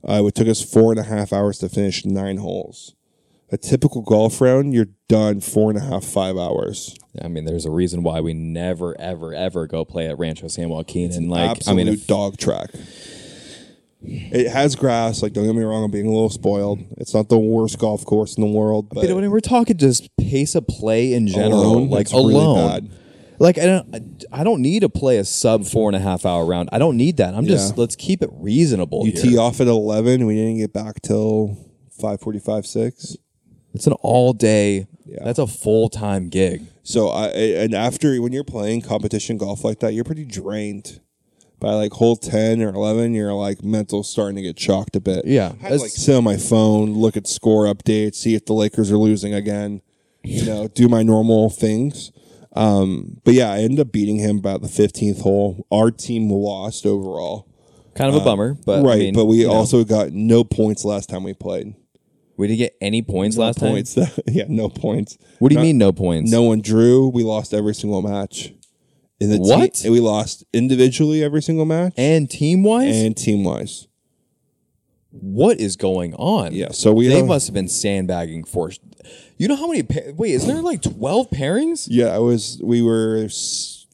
Uh, it took us four and a half hours to finish nine holes. A typical golf round, you're done four and a half, five hours.
I mean, there's a reason why we never, ever, ever go play at Rancho San Joaquin. and like, I
Absolute
mean, if-
dog track. It has grass. Like, don't get me wrong, I'm being a little spoiled. It's not the worst golf course in the world, but
but when we're talking just pace of play in general,
Alone,
like
it's really
alone.
bad.
Like I don't, I don't need to play a sub four and a half hour round. I don't need that. I'm just
Yeah.
let's keep it reasonable.
you
here.
tee off at 11. We didn't get back till 5:45, six.
It's an all day. That's a full time gig.
So I I- and after when you're playing competition golf like that, you're pretty drained. By like hole ten or eleven, you're like mental starting to get shocked a bit.
Yeah.
I had to, like sit on my phone, look at score updates, see if the Lakers are losing again. You know, do my normal things. Um, but yeah, I ended up beating him about the fifteenth hole. Our team lost overall,
Kind of a bummer, but I
Uh, right?
mean,
but we
you know,
also got no points last time we played.
we didn't get any points last time.
Points, yeah, no points.
What do you mean no points?
No one drew. We lost every single match. In the
What?
team- we lost individually every single match and,
and team wise,
team wise.
what is going on?
Yeah, so we
they
don't-
must have been sandbagging for. You know how many? Pa- wait, is there like twelve pairings?
Yeah, I was. We were s-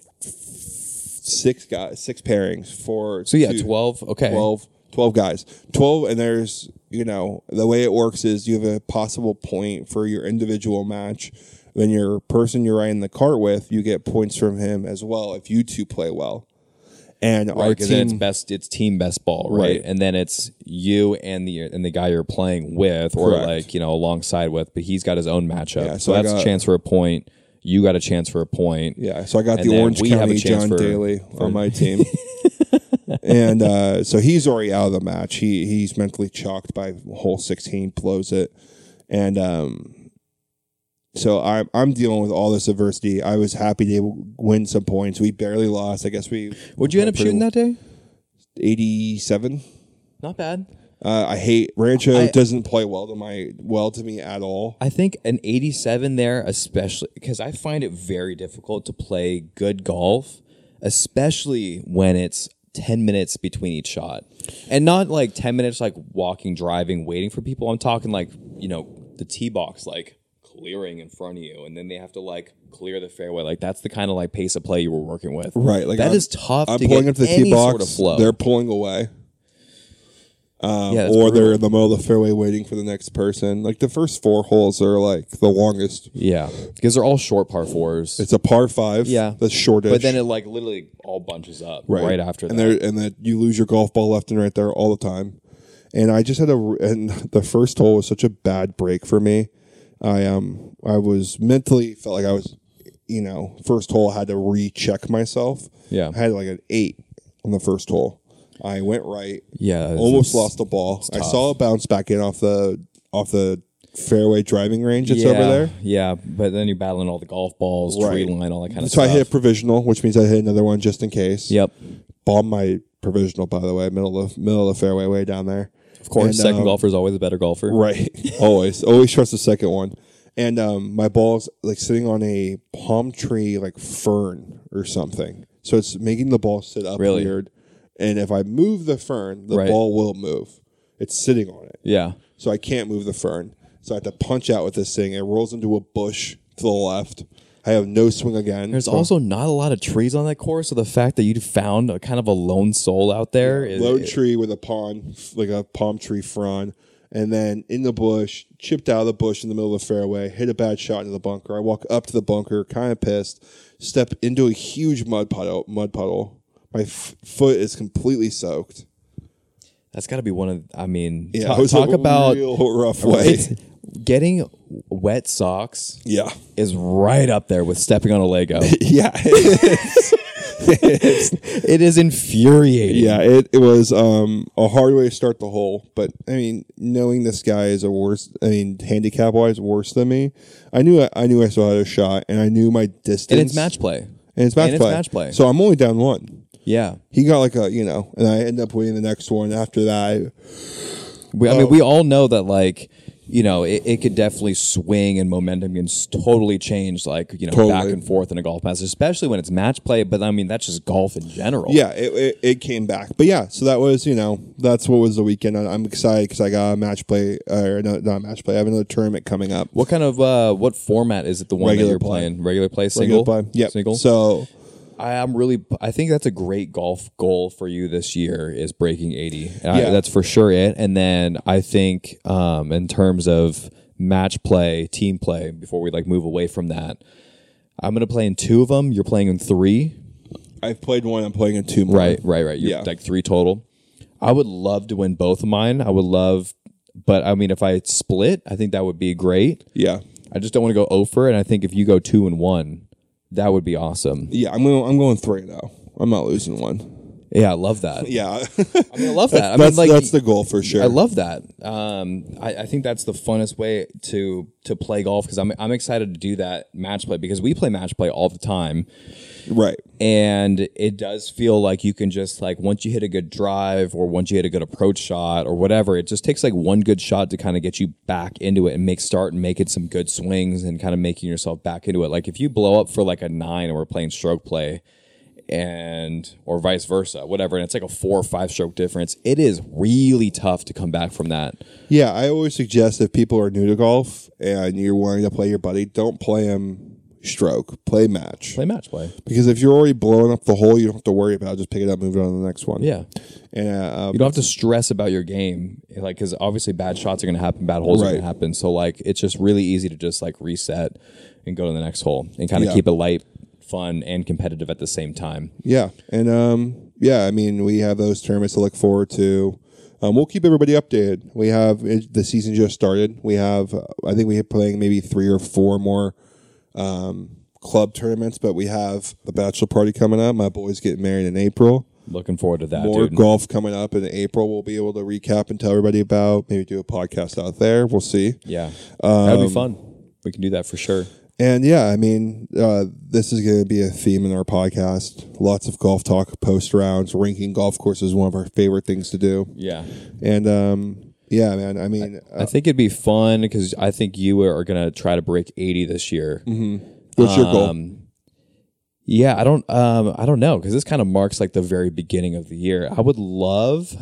six guys, six pairings for.
So yeah, twelve. Okay,
12, 12 guys, twelve, and there's you know the way it works is you have a possible point for your individual match. Then your person you're riding the cart with, you get points from him as well if you two play well. And our
Right, 'cause then it's
team
best. It's team best ball, right?
Right.
And then it's you and the and the guy you're playing with, or
Correct.
like you know alongside with. But he's got his own matchup,
Yeah,
so,
so I
that's a
got-
chance for a point. You got a chance for a point.
Yeah, so I got
And
the
then
Orange
we have a
County
chance
John
for-
Daly on my team, and uh, so he's already out of the match. He he's mentally chalked by hole sixteen, blows it, and um, so I'm I'm dealing with all this adversity. I was happy to win some points. We barely lost. I guess we
Would you end up shooting that day?
eighty seven.
Not bad.
Uh, I hate Rancho
I-
doesn't play well to my well to me at all.
I think an 87 there, especially because I find it very difficult to play good golf, especially when it's 10 minutes between each shot. And not like 10 minutes like walking, driving, waiting for people. I'm talking like, you know, the tee box, like clearing in front of you. And then they have to like clear the fairway. Like that's the kind of like pace of play you were working with.
Right, like
that
I'm-
is tough
I'm
to
pulling
get
up to the
any
tee box.
sort of flow.
They're pulling away,
yeah,
or
that's brutal.
they're in the middle of the fairway waiting for the next person. Like the first four holes are like the longest.
Yeah. Because they're all short par fours.
It's a par five.
Yeah.
that's shortish.
but then it like literally all bunches up right, after that.
and there and that you lose your golf ball left and right there all the time. And I just had a and the first hole was such a bad break for me. I um I was mentally felt like I was, you know, first hole I had to recheck myself.
Yeah.
I had like an eight on the first hole. I went right.
Yeah, it's-
almost
it's-
lost the ball. I saw it bounce back in off the off the fairway driving range. It's over there.
Yeah, but then you're battling all the golf balls, tree
Right.
line, all that kind of
So I
stuff.
hit a provisional, which means I hit another one just in case.
Yep.
bomb my provisional by the way middle of middle of the fairway way down there
Of course,
And,
second
um,
golfer is always a better golfer.
right always always trust the second one and um my ball's like sitting on a palm tree like fern or something so it's making the ball sit up
Really?
weird and if i move the fern the
Right.
ball will move it's sitting on it
Yeah.
so i can't move the fern so i have to punch out with this thing it rolls into a bush to the left i have no swing again
There's also not a lot of trees on that course, so the fact that you found a kind of a lone soul out there is
lone tree with a pond, like a palm tree frond, and then in the bush, chipped out of the bush in the middle of the fairway, hit a bad shot into the bunker. I walk up to the bunker, kind of pissed, step into a huge mud puddle. Mud puddle. My f- foot is completely soaked.
that's got to be one of. I mean,
Yeah,
ta-
it was
talk
a
about
real rough way.
it's- getting wet socks
yeah,
is right up there with stepping on a Lego.
yeah.
it is infuriating.
Yeah, it, it was um, a hard way to start the hole, but I mean, knowing this guy is a worse, I mean, handicap wise, worse than me, I knew I, I knew I still had a shot, and I knew my distance.
and it's match play.
and it's match
and it's
play.
match play.
So I'm only down one.
Yeah,
He got like a you know, and I end up winning the next one. After that,
We,
Oh.
I mean, we all know that, like, you know, it, it could definitely swing and momentum can s- totally change, like, you know, back
Totally.
and forth in a golf match, especially when it's match play. But I mean, that's just golf in general.
yeah, it, it, it came back. But yeah, so that was you know that's what was the weekend. I, I'm excited because I got a match play or no, not a match play. I have another tournament coming up.
What kind of uh, what format is it? The one
Regular
that you're
play.
playing, regular play,
Regular
single,
play. Yep.
single.
So
I, I'm really, I think that's a great golf goal for you this year is breaking 80. And I-
Yeah.
that's for sure it. And then I think um, in terms of match play, team play, before we like move away from that, I'm gonna play in two of them. You're playing in three.
I've played one. I'm playing in two more.
Right, right, right. You're
Yeah.
like three total. I would love to win both of mine. I would love, but I mean, if I split, I think that would be great.
Yeah.
I just don't want to go over, and I think if you go two and one, that would be awesome.
Yeah, I'm going. I'm going three now. I'm not losing one.
Yeah, I love that.
Yeah,
I, mean, I love that. I
that's
mean, like
that's the goal for sure.
I love that. Um, I, I think that's the funnest way to to play golf because I'm I'm excited to do that match play because we play match play all the time.
right.
and it does feel like you can just like once you hit a good drive or once you hit a good approach shot or whatever it just takes like one good shot to kind of get you back into it and make start and make it some good swings and kind of making yourself back into it like if you blow up for like a nine and we're playing stroke play and or vice versa whatever and it's like a four or five stroke difference it is really tough to come back from that
Yeah, I always suggest if people are new to golf and you're wanting to play your buddy, don't play him stroke. Play match
play match play
because if you're already blowing up the hole, you don't have to worry about. it. Just pick it up, move it on to the next one.
yeah
And uh, um,
you don't have to stress about your game like because obviously bad shots are going to happen bad holes are
Right.
going to happen so like it's just really easy to just like reset and go to the next hole and kind of
Yeah.
keep it light fun and competitive at the same time
Yeah, and um, yeah, I mean, we have those tournaments to look forward to. Um, we'll keep everybody updated. We have it, the season just started. We have, uh, I think, we are playing maybe three or four more um, club tournaments, but we have the bachelor party coming up. My boy's getting married in April.
looking forward to that
More
dude
golf coming up in April. We'll be able to recap and tell everybody about. Maybe do a podcast out there. We'll see.
yeah that'd be fun we can do that for sure.
And yeah, I mean, uh, this is going to be a theme in our podcast. Lots of golf talk post rounds. Ranking golf courses is one of our favorite things to do.
Yeah.
And um, yeah, man, I mean, uh,
I think it'd be fun because I think you are going to try to break 80 this
Mm-hmm.
year.
what's your goal?
Um, yeah, I don't, um, I don't know because this kind of marks like the very beginning of the year. I would love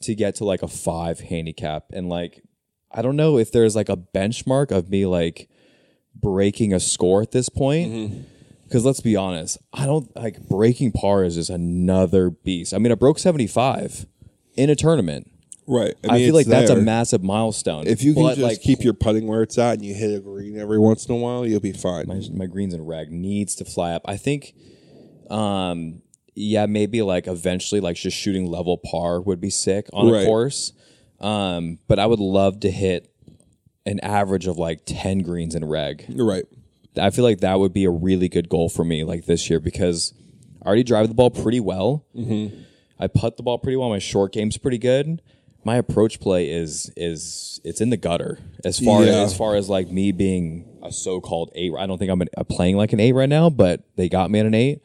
to get to like a five handicap and like, I don't know if there's like a benchmark of me like breaking a score at this point.
Mm-hmm.
Because let's be honest, I don't like breaking par is just another beast. I mean, I broke 75 in a tournament.
Right.
I, feel like that's a
massive.
massive milestone.
If you can
But,
just keep your putting where it's at and you hit a green every once in a while, you'll be fine.
my, my greens and rag needs to fly up. I think, um, yeah, maybe like eventually, like just shooting level par would be sick on
Right.
a course. Um, but I would love to hit an average of like ten greens and reg.
You're right.
I feel like that would be a really good goal for me like this year because I already drive the ball pretty well. I putt the ball pretty well. My short game's pretty good. My approach play is is it's in the gutter as far
Yeah.
as far as like me being a so-called eight. I don't think I'm an, uh, playing like an eight right now, but they got me at an eight,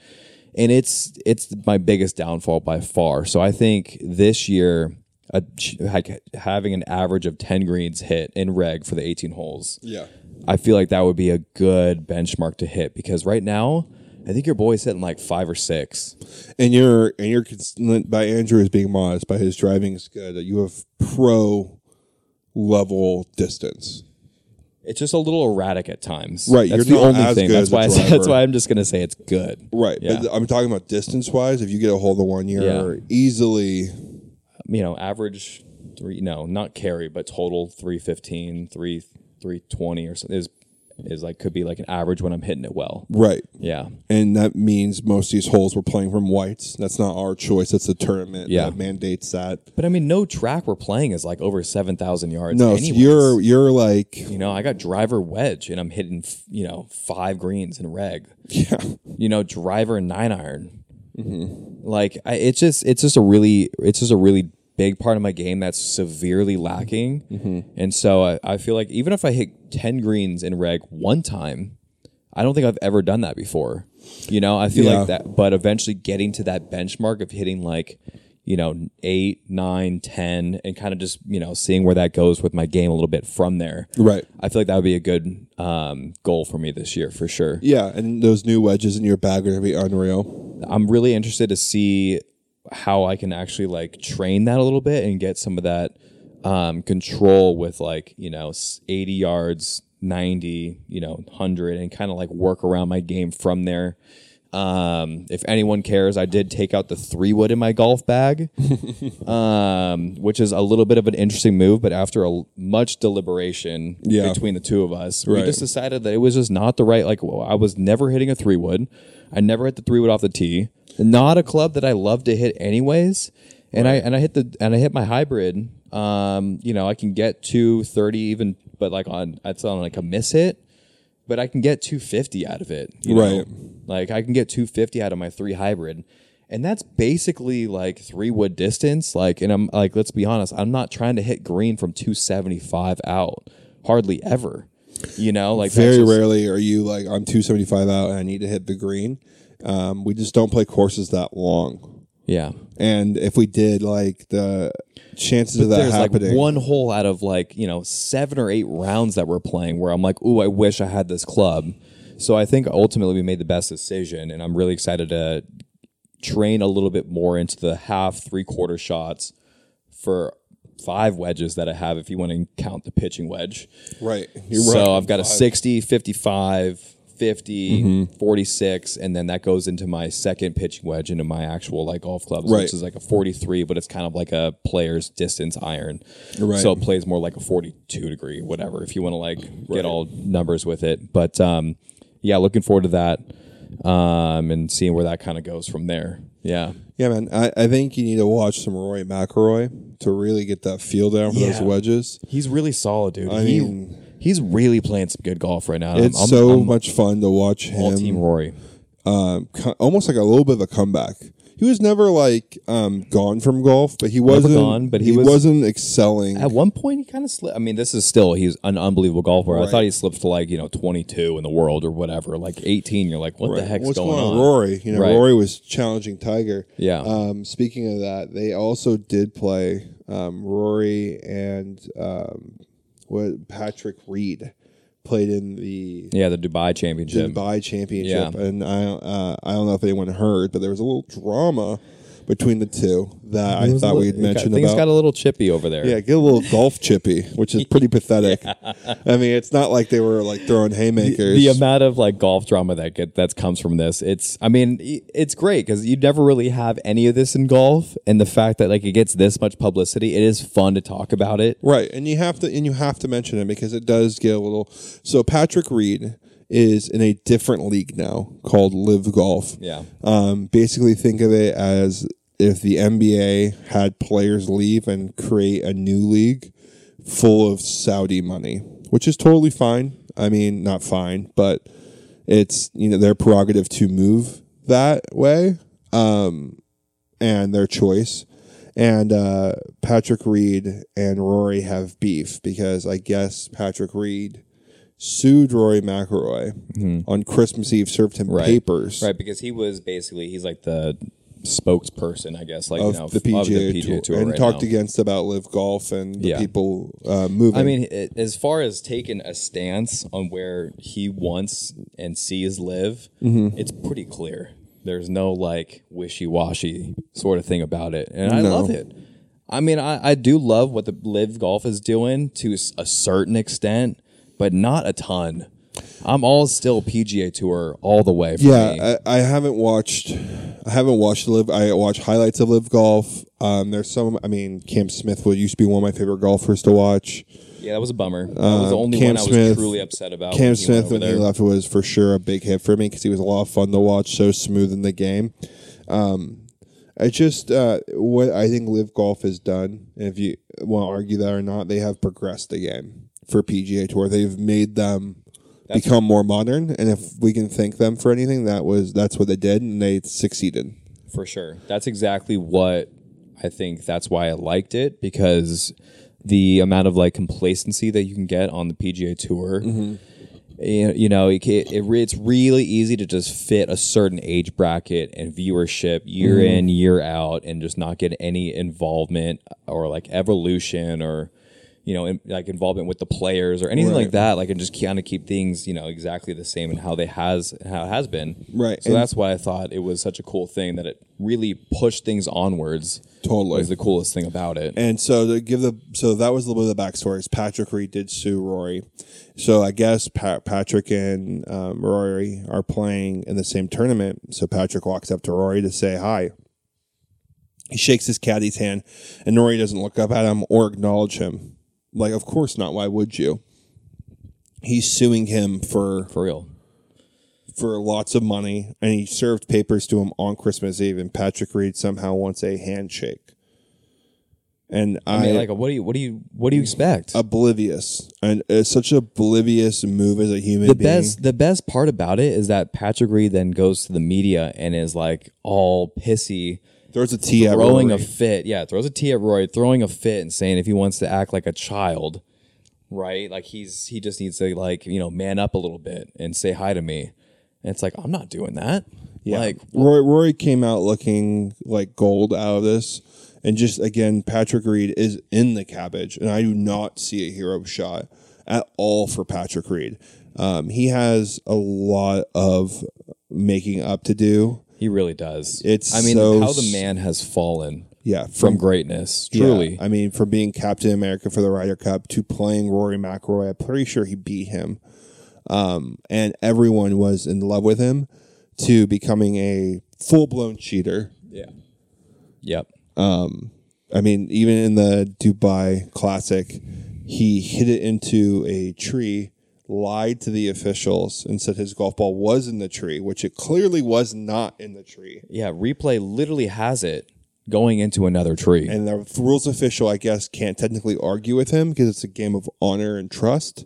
and it's it's my biggest downfall by far. So I think this year, uh, ch- like having an average of ten greens hit in reg for the 18 holes,
Yeah.
I feel like that would be a good benchmark to hit because right now, I think your boy's hitting like five or six.
And you're and you're cons- by Andrew is being modest by his driving is good. You have pro level distance.
It's just a little erratic at times.
Right,
That's
you're
the
not
only
as
thing.
good as
That's
a
why. I said, that's
driver.
why I'm just gonna say it's good.
Right.
Yeah.
But I'm talking about distance wise. If you get a hole of the one, you're easily
You know, average three. No, not carry, but total 315, 3 320 or something is is like could be like an average when I'm hitting it well.
right.
Yeah.
And that means most of these holes we're playing from whites. That's not our choice. That's the tournament
Yeah.
that mandates that.
But I mean, no track we're playing is like over seven thousand yards.
No, so
anyways.
you're you're like
You know, I got driver wedge and I'm hitting, f- you know, five greens in reg.
yeah.
you know, driver and nine iron.
Mm-hmm.
Like I, it's just it's just a really it's just a really big part of my game that's severely lacking.
Mm-hmm.
And so I, I feel like even if I hit ten greens in reg one time, I don't think I've ever done that before. You know, I feel
Yeah.
like that, but eventually getting to that benchmark of hitting like you know eight, nine, ten, and kind of just you know seeing where that goes with my game a little bit from there.
Right.
I feel like that would be a good um, goal for me this year for sure.
Yeah, and those new wedges in your bag are gonna be unreal.
I'm really interested to see how I can actually like train that a little bit and get some of that um, control with like you know s- 80 yards, 90, you know 100, and kind of like work around my game from there. Um, if anyone cares, I did take out the three wood in my golf bag, um, which is a little bit of an interesting move. But after a l- much deliberation
Yeah.
between the two of us,
Right.
we just decided that it was just not the right. Like well, I was never hitting a three wood. I never hit the three wood off the tee. Not a club that I love to hit anyways. And I and I hit the and I hit my hybrid. Um, you know, I can get to thirty even, but like on that's on like a miss hit, but I can get two fifty out of it. you know?
Right.
Like I can get two fifty out of my three hybrid. And that's basically like three wood distance. Like, and I'm like, let's be honest, I'm not trying to hit green from 275 out, hardly ever. You know, like that's
Very
just-
rarely are you like I'm 275 out and I need to hit the green. Um, we just don't play courses that long,
Yeah.
and if we did, like the chances of that
There's
happening.
like one hole out of like, you know, seven or eight rounds that we're playing where I'm like, ooh, I wish I had this club. So I think ultimately we made the best decision. And I'm really excited to train a little bit more into the half, three quarter shots for five wedges that I have, if you want to count the pitching wedge.
right, you're right. Mm-hmm.
So I've got a 60, 55, 50, 46, and then that goes into my second pitching wedge into my actual like golf clubs,
Right.
which is like a 43, but it's kind of like a player's distance iron.
Right.
So it plays more like a 42 degree, whatever, if you want to like get all numbers with it. But um, yeah, looking forward to that um, and seeing where that kind of goes from there. Yeah.
Yeah, man. I, I think you need to watch some Roy McIlroy to really get that feel down for those
Yeah.
wedges.
He's really solid, dude.
I
he,
mean-
he's really playing some good golf right now.
It's
I'm,
so
I'm
much fun to watch
all team
him.
Rory.
Um, co- almost like a little bit of a comeback. he was never like um, gone from golf, but he wasn't
gone, but he was-
wasn't excelling.
At one point, he kind of slipped. I mean, this is still he's an unbelievable golfer. I
Right.
thought he slipped to like you know 22 in the world or whatever, like 18. You're like, what the
Right.
heck's
What's
going, on?
Rory? You know,
Right.
Rory was challenging Tiger.
Yeah.
Um, speaking of that, they also did play um, Rory and um, what Patrick Reed played in the
Yeah, the Dubai Championship.
Dubai Championship, and I uh, I don't know if anyone heard, but there was a little drama between the two that I thought we'd mention
Things
about.
got a little chippy over there.
yeah, get a little golf chippy, which is pretty pathetic. I mean, it's not like they were like throwing haymakers.
the amount of like golf drama that get that comes from this it's i mean i- it's great because you never really have any of this in golf and the fact that like it gets this much publicity it is fun to talk about it
Right, and you have to and you have to mention it because it does get a little. So Patrick Reed is in a different league now called Live Golf.
yeah
Um, basically, think of it as if the NBA had players leave and create a new league full of Saudi money, which is totally fine. I mean, not fine, but it's you know their prerogative to move that way um, and their choice. And uh, Patrick Reed and Rory have beef because I guess Patrick Reed sued Rory McIlroy on Christmas Eve, served him
Mm-hmm. Right.
papers.
right because he was basically he's like the spokesperson i guess like
Of
you know
the
f-
PGA,
of the
tour,
PGA tour
and
right
talked
now.
against about live golf and the
Yeah.
people uh, moving.
I mean, i as far as taking a stance on where he wants and sees live,
Mm-hmm.
it's pretty clear. There's no like wishy washy sort of thing about it, and I
No.
love it. I mean, I, I do love what the live golf is doing to s- a certain extent, but not a ton. I'm all still PGA Tour all the way. For me.
yeah, I, I haven't watched. I haven't watched live. I watch highlights of live golf. Um, there's some. I mean, Cam Smith would used to be one of my favorite golfers to watch.
yeah, that was a bummer. That was the only
Uh, Cam
one I was
Smith-
truly upset about.
Cam
when he went
Smith
over
when he
there.
left was for sure a big hit for me because he was a lot of fun to watch, so smooth in the game. Um, I just uh, what I think Live Golf has done, and if you want to argue that or not, they have progressed the game for PGA Tour. They've made them become more modern, and if we can thank them for anything, that was that's what they did, and they succeeded.
For sure. That's exactly what I think that's why I liked it because the amount of like complacency that you can get on the PGA tour. You you know, it, ca- it re- it's really easy to just fit a certain age bracket and viewership year in, year out, and just not get any involvement or like evolution or, you know, in, like involvement with the players or anything like that. Like, and just kind of keep things, you know, exactly the same and how they has how it has been.
Right.
So
And-
that's why I thought it was such a cool thing that it really pushed things onwards.
Totally.
was the coolest thing about it.
And so to give the so that was a little bit of the backstory. Is Patrick Reed did sue Rory, so I guess Pat, Patrick and um, Rory are playing in the same tournament. So Patrick walks up to Rory to say hi. He shakes his caddy's hand, and Rory doesn't look up at him or acknowledge him. Like, of course not. Why would you? He's suing him for
For real.
for lots of money, and he served papers to him on Christmas Eve. And Patrick Reed somehow wants a handshake. And I,
I mean, like, what do you, what do you, what do you expect?
oblivious and it's such an oblivious move as a human
the
being
best, the best part about it is that Patrick Reed then goes to the media and is like all pissy,
throws a tea at
throwing
Rory.
a fit. Yeah, throws a tea at Roy, throwing a fit and saying if he wants to act like a child, right? Like he's he just needs to like you know man up a little bit and say hi to me. And it's like I'm not doing that. Like
Roy, Rory came out looking like gold out of this and just again Patrick Reed is in the cabbage and I do not see a hero shot at all for Patrick Reed um, he has a lot of making up to do
he really does.
It's
I mean
so
how the
s-
man has fallen
yeah from
from greatness.
Yeah,
Truly,
I mean, from being Captain America for the Ryder Cup to playing Rory McIlroy, I'm pretty sure he beat him. Um, and everyone was in love with him to becoming a full blown cheater.
yeah, yep.
I mean, even in the Dubai Classic, he hit it into a tree, lied to the officials, and said his golf ball was in the tree, which it clearly was not in the tree.
Yeah, replay literally has it going into another tree.
And the rules official, I guess, can't technically argue with him because it's a game of honor and trust.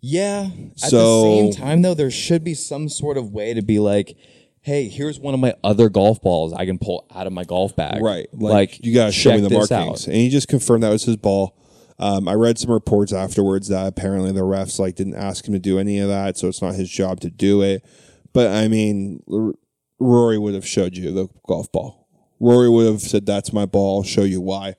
yeah. At
So-
the same time, though, there should be some sort of way to be like, hey, here's one of my other golf balls I can pull out of my golf bag.
Right. Like, you got to show me
check
the
this
markings. And he just confirmed that was his ball. Um, I read some reports afterwards that apparently the refs like didn't ask him to do any of that, so it's not his job to do it. But I mean, R- Rory would have showed you the golf ball. Rory would have said, "That's my ball. I'll show you why."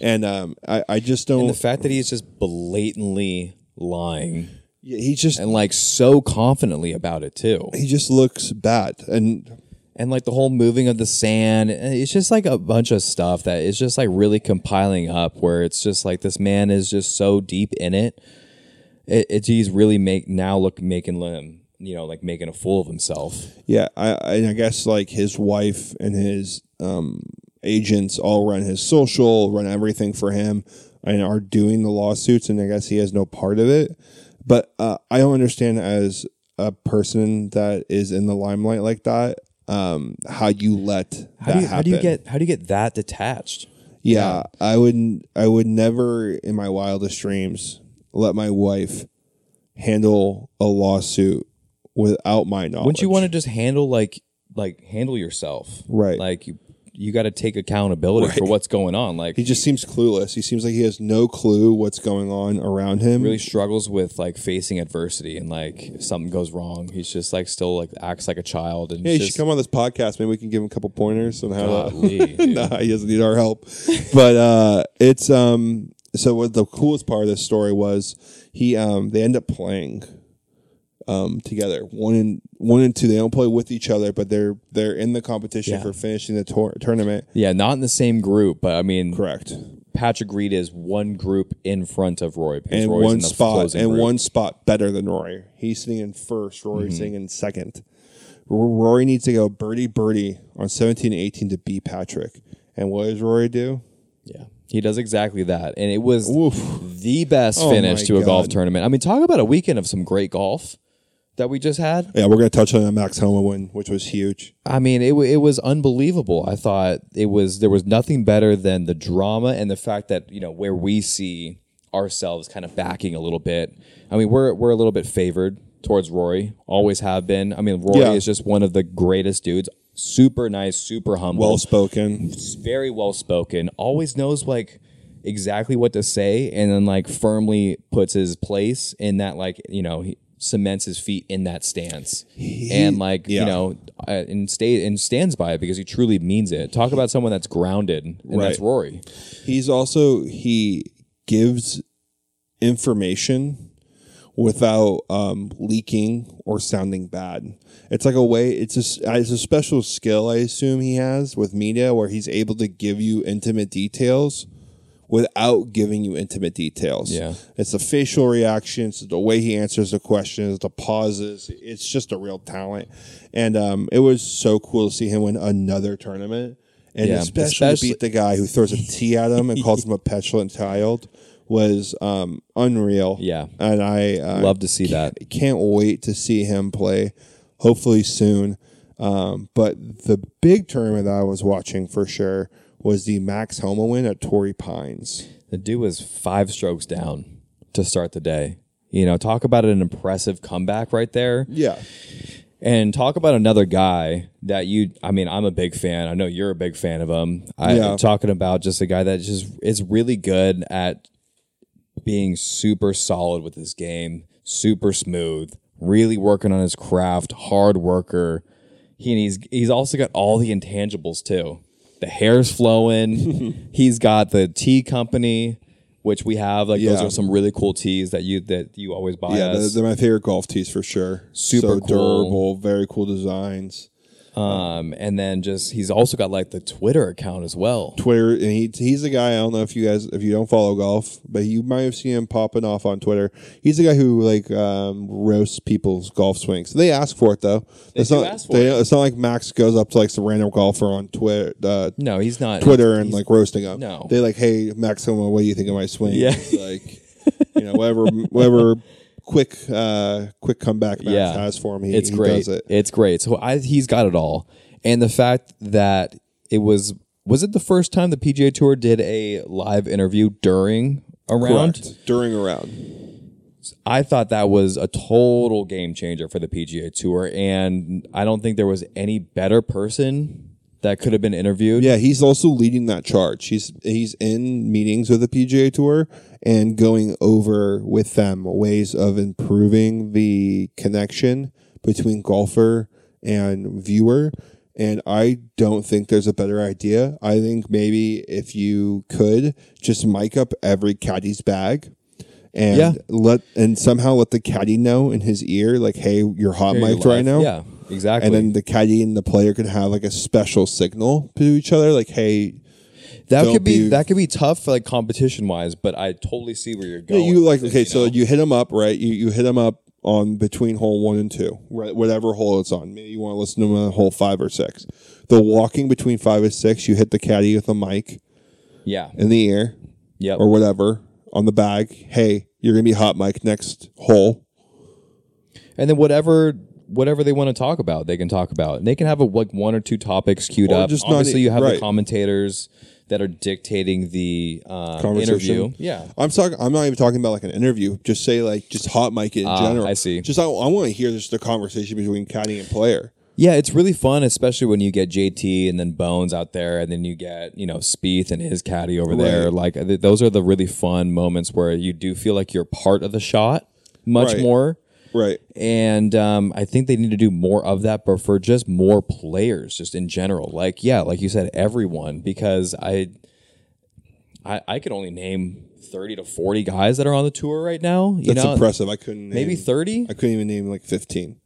And um, I, I just don't.
And the fact that he's just blatantly lying
yeah, he just
and like so confidently about it too.
he just looks bad, and
And like the whole moving of the sand, eh, it's just like a bunch of stuff that is just like really compiling up where it's just like this man is just so deep in it. It, it he's really make now look making him, you know, like making a fool of himself.
Yeah, I I- and I guess like his wife and his um, agents all run his social, run everything for him, and are doing the lawsuits. And I guess he has no part of it. But uh, I don't understand as a person that is in the limelight like that, um, how you let
How
that
do, you,
happen.
how do you get how do you get that detached?
Yeah, I would. I would never, in my wildest dreams, let my wife handle a lawsuit without my knowledge.
Wouldn't you want to just handle like like handle yourself?
Right.
Like you, you got to take accountability for what's going on. Like
He just seems clueless. He seems like he has no clue what's going on around him.
really struggles with like facing adversity and like if something goes wrong, he's just like still like acts like a child and
hey,
it's
he
just
should come on this podcast. Maybe we can give him a couple pointers on how. To,
golly, dude.
nah, he doesn't need our help. but uh, it's um. So what the coolest part of this story was he um they end up playing um together one and one and two they don't play with each other but they're they're in the competition
Yeah.
for finishing the tour- tournament
Yeah, not in the same group, but I mean,
correct
Patrick Reed is one group in front of Roy because
and
Roy's
one
in the
spot
closing
and
group. Mm-hmm.
one spot better than Rory. He's sitting in first. Rory's sitting in second. R- Rory needs to go birdie birdie on 17 and 18 to beat Patrick. And what does Rory do?
Yeah, he does exactly that, and it was the best
Oh
finish
my
to a golf
God.
tournament. I mean, talk about a weekend of some great golf that we just had.
Yeah, we're gonna touch on that Max Homa win, which was huge.
I mean, it, wa- it was unbelievable. I thought it was there was nothing better than the drama and the fact that you know where we see ourselves kind of backing a little bit. I mean, we're we're a little bit favored towards Rory, always have been. I mean, Rory
Yeah.
is just one of the greatest dudes. Super nice, super humble,
Well spoken.
very well spoken. Always knows like exactly what to say, and then like firmly puts his place in that like you know he cements his feet in that stance, and like
yeah.
you know uh, and stay and stands by it because he truly means it. Talk about someone that's grounded, and that's
Right.
Rory.
He's also he gives information without um, leaking or sounding bad. It's like a way. It's a s- it's a special skill I assume he has with media, where he's able to give you intimate details without giving you intimate details.
Yeah.
it's the facial reactions, the way he answers the questions, the pauses. It's just a real talent, and um, it was so cool to see him win another tournament. And
Yeah,
especially,
especially-
to beat the guy who throws a tee at him and calls him a petulant child was um, unreal.
Yeah.
And I uh,
Love to see that.
can't wait to see him play, hopefully soon. Um, but the big tournament that I was watching for sure was the Max Homa win at Torrey Pines.
The dude was five strokes down to start the day. You know, talk about an impressive comeback right there.
Yeah.
And talk about another guy that you, I mean, I'm a big fan. I know you're a big fan of him. I,
Yeah.
Talking about just a guy that just is really good at being super solid with his game, super smooth, really working on his craft, hard worker. He, and he's, he's also got all the intangibles too. The hair's flowing. he's got the tea company, which we have. Like those
Yeah.
are some really cool teas that you that you always buy
Yeah,
us.
they're, they're my favorite golf tees for sure.
Super
so
cool.
durable, very cool designs.
Um, and then just he's also got like the Twitter account as well.
Twitter, and he, he's the guy. I don't know if you guys, if you don't follow golf, but you might have seen him popping off on Twitter. He's the guy who like um, roasts people's golf swings. They ask for it though. They it's
do
not,
ask for
they- It's not like Max goes up to like some random golfer on Twitter, uh,
No, he's not.
Twitter, and like roasting him.
no.
they like, hey Max, Homa, what do you think of my swing?
Yeah.
It's like you know, whatever, whatever, quick, uh, quick comeback Max
Yeah.
has for him. He,
It's
he
great.
does it.
It's great. So I, he's got it all. And the fact that it was was it the first time the PGA Tour did a live interview during a round?
Correct. during a round.
I thought that was a total game changer for the PGA Tour, and I don't think there was any better person that could have been interviewed.
Yeah, he's also leading that charge. He's he's in meetings with the PGA Tour and going over with them ways of improving the connection between golfer and viewer. And I don't think there's a better idea. I think maybe if you could just mic up every caddy's bag and
Yeah.
let and somehow let the caddy know in his ear, like, hey, you're hot
Your
mic'd
life.
right now.
Yeah, exactly.
And then the caddy and the player could have like a special signal to each other, like, "Hey,
that
don't
could be,
be-
that could be tough, like competition wise. But I totally see where you're going.
you like
with
okay,
it,
so
know?
you hit them up, right? You you hit them up on between hole one and two, right? Whatever hole it's on. Maybe you want to listen to them on hole five or six. The walking between five and six, you hit the caddy with a mic
yeah,
in the ear
yep,
or whatever on the bag. Hey, you're gonna be hot mic next hole.
and then whatever. Whatever they want to talk about, they can talk about. And they can have a, like one or two topics queued
Or
up.
just not
Obviously,
e-
you have
right.
the commentators that are dictating the um,
Conversation.
interview. Yeah,
I'm talking. I'm not even talking about like an interview. Just say like just hot mic in general.
Ah, I see.
Just I, I want to hear just the conversation between caddy and player.
Yeah, it's really fun, especially when you get JT and then Bones out there, and then you get you know Spieth and his caddy over there. Like th- those are the really fun moments where you do feel like you're part of the shot much
Right.
more.
Right.
And um, I think they need to do more of that, but for just more players, just in general. Like yeah, like you said, everyone because I, I, I could only name thirty to forty guys that are on the tour right now. You
That's
know,
impressive. I couldn't name,
maybe thirty.
I couldn't even name like fifteen.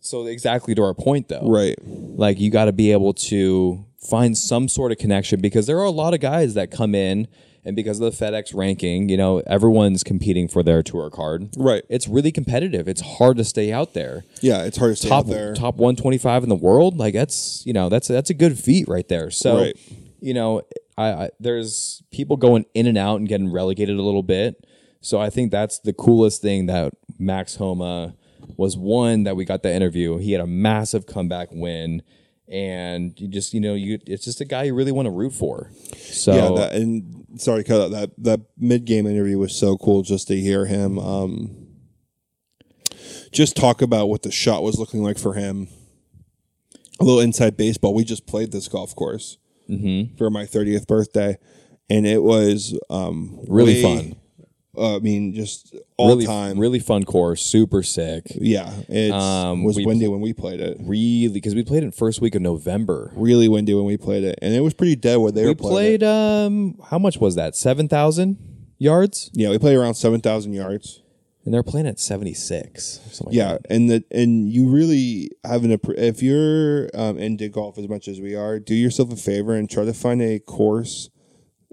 So exactly to our point though,
Right.
like you got to be able to find some sort of connection because there are a lot of guys that come in and because of the FedEx ranking, you know, everyone's competing for their tour card.
Right.
It's really competitive. It's hard to stay out there.
Yeah, it's hard to stay
Top
out there.
top 125 in the world, like that's, you know, that's that's a good feat right there. So,
Right.
you know, I, I there's people going in and out and getting relegated a little bit. So I think that's the coolest thing that Max Homa was one that we got that interview. He had a massive comeback win, and you just you know you it's just a guy you really want to root for. So
yeah, that, and sorry, to cut out that that mid game interview was so cool just to hear him. Um, just talk about what the shot was looking like for him. A little inside baseball. We just played this golf course
mm-hmm.
for my thirtieth birthday, and it was um,
Really
way- uh,
fun.
I mean, just all
really
time.
really fun course, super sick.
yeah, it
Um,
was
we-
windy when we played it.
Really, because we played it first week of November.
Really windy when we played it, and it was pretty dead when they
We
were playing. it.
played um how much was that? Seven thousand yards,
Yeah, we played around seven thousand yards.
and they're playing at seventy six. Like
yeah and the and you really have an appre- if you're um, into golf as much as we are do yourself a favor and try to find a course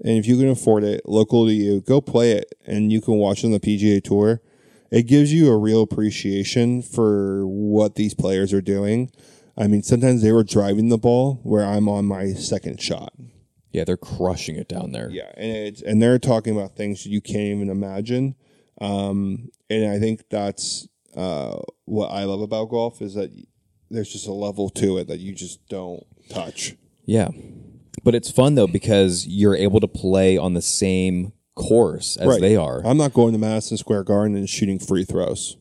and if you can afford it local to you go play it and you can watch on the pga tour it gives you a real appreciation for what these players are doing i mean sometimes they were driving the ball where i'm on my second shot
Yeah, they're crushing it down there.
yeah, and it's and they're talking about things you can't even imagine. Um, and I think that's uh, what I love about golf is that there's just a level to it that you just don't touch.
Yeah. But it's fun though because you're able to play on the same course as they are.
I'm not going to Madison Square Garden and shooting free throws.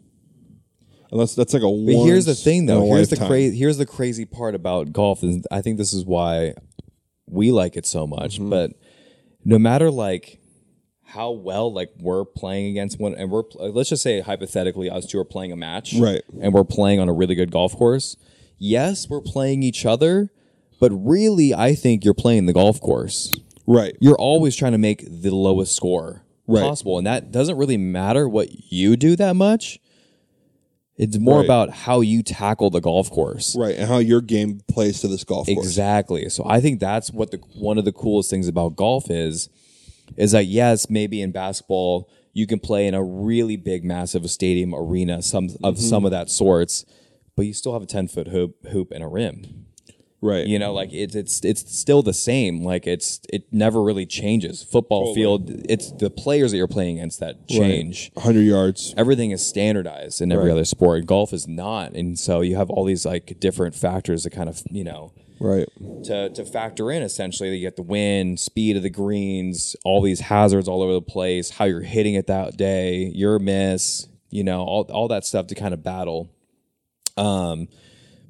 Unless that's like a.
But here's the thing though. Here's the cra- here's the crazy part about golf and I think this is why we like it so much,
Mm-hmm.
but no matter like how well like we're playing against one and we're pl- let's just say hypothetically us two are playing a match
Right.
and we're playing on a really good golf course yes we're playing each other but really i think you're playing the golf course
right.
you're always trying to make the lowest score
Right.
possible. And that doesn't really matter what you do that much. It's more
Right.
about how you tackle the golf course.
Right, and how your game plays to this golf course.
Exactly. So I think that's what the one of the coolest things about golf is is that yes, maybe in basketball you can play in a really big massive stadium arena some
Mm-hmm.
of some of that sorts, but you still have a 10-foot hoop hoop and a rim
Right.
you know like it's it's it's still the same like it's it never really changes football field it's the players that you're playing against that change
100 yards.
everything is standardized in every
Right.
other sport golf is not and so you have all these like different factors that kind of you know
Right.
to to factor in essentially that you get the wind, speed of the greens, all these hazards all over the place, how you're hitting it that day, your miss, you know, all all that stuff to kind of battle. Um,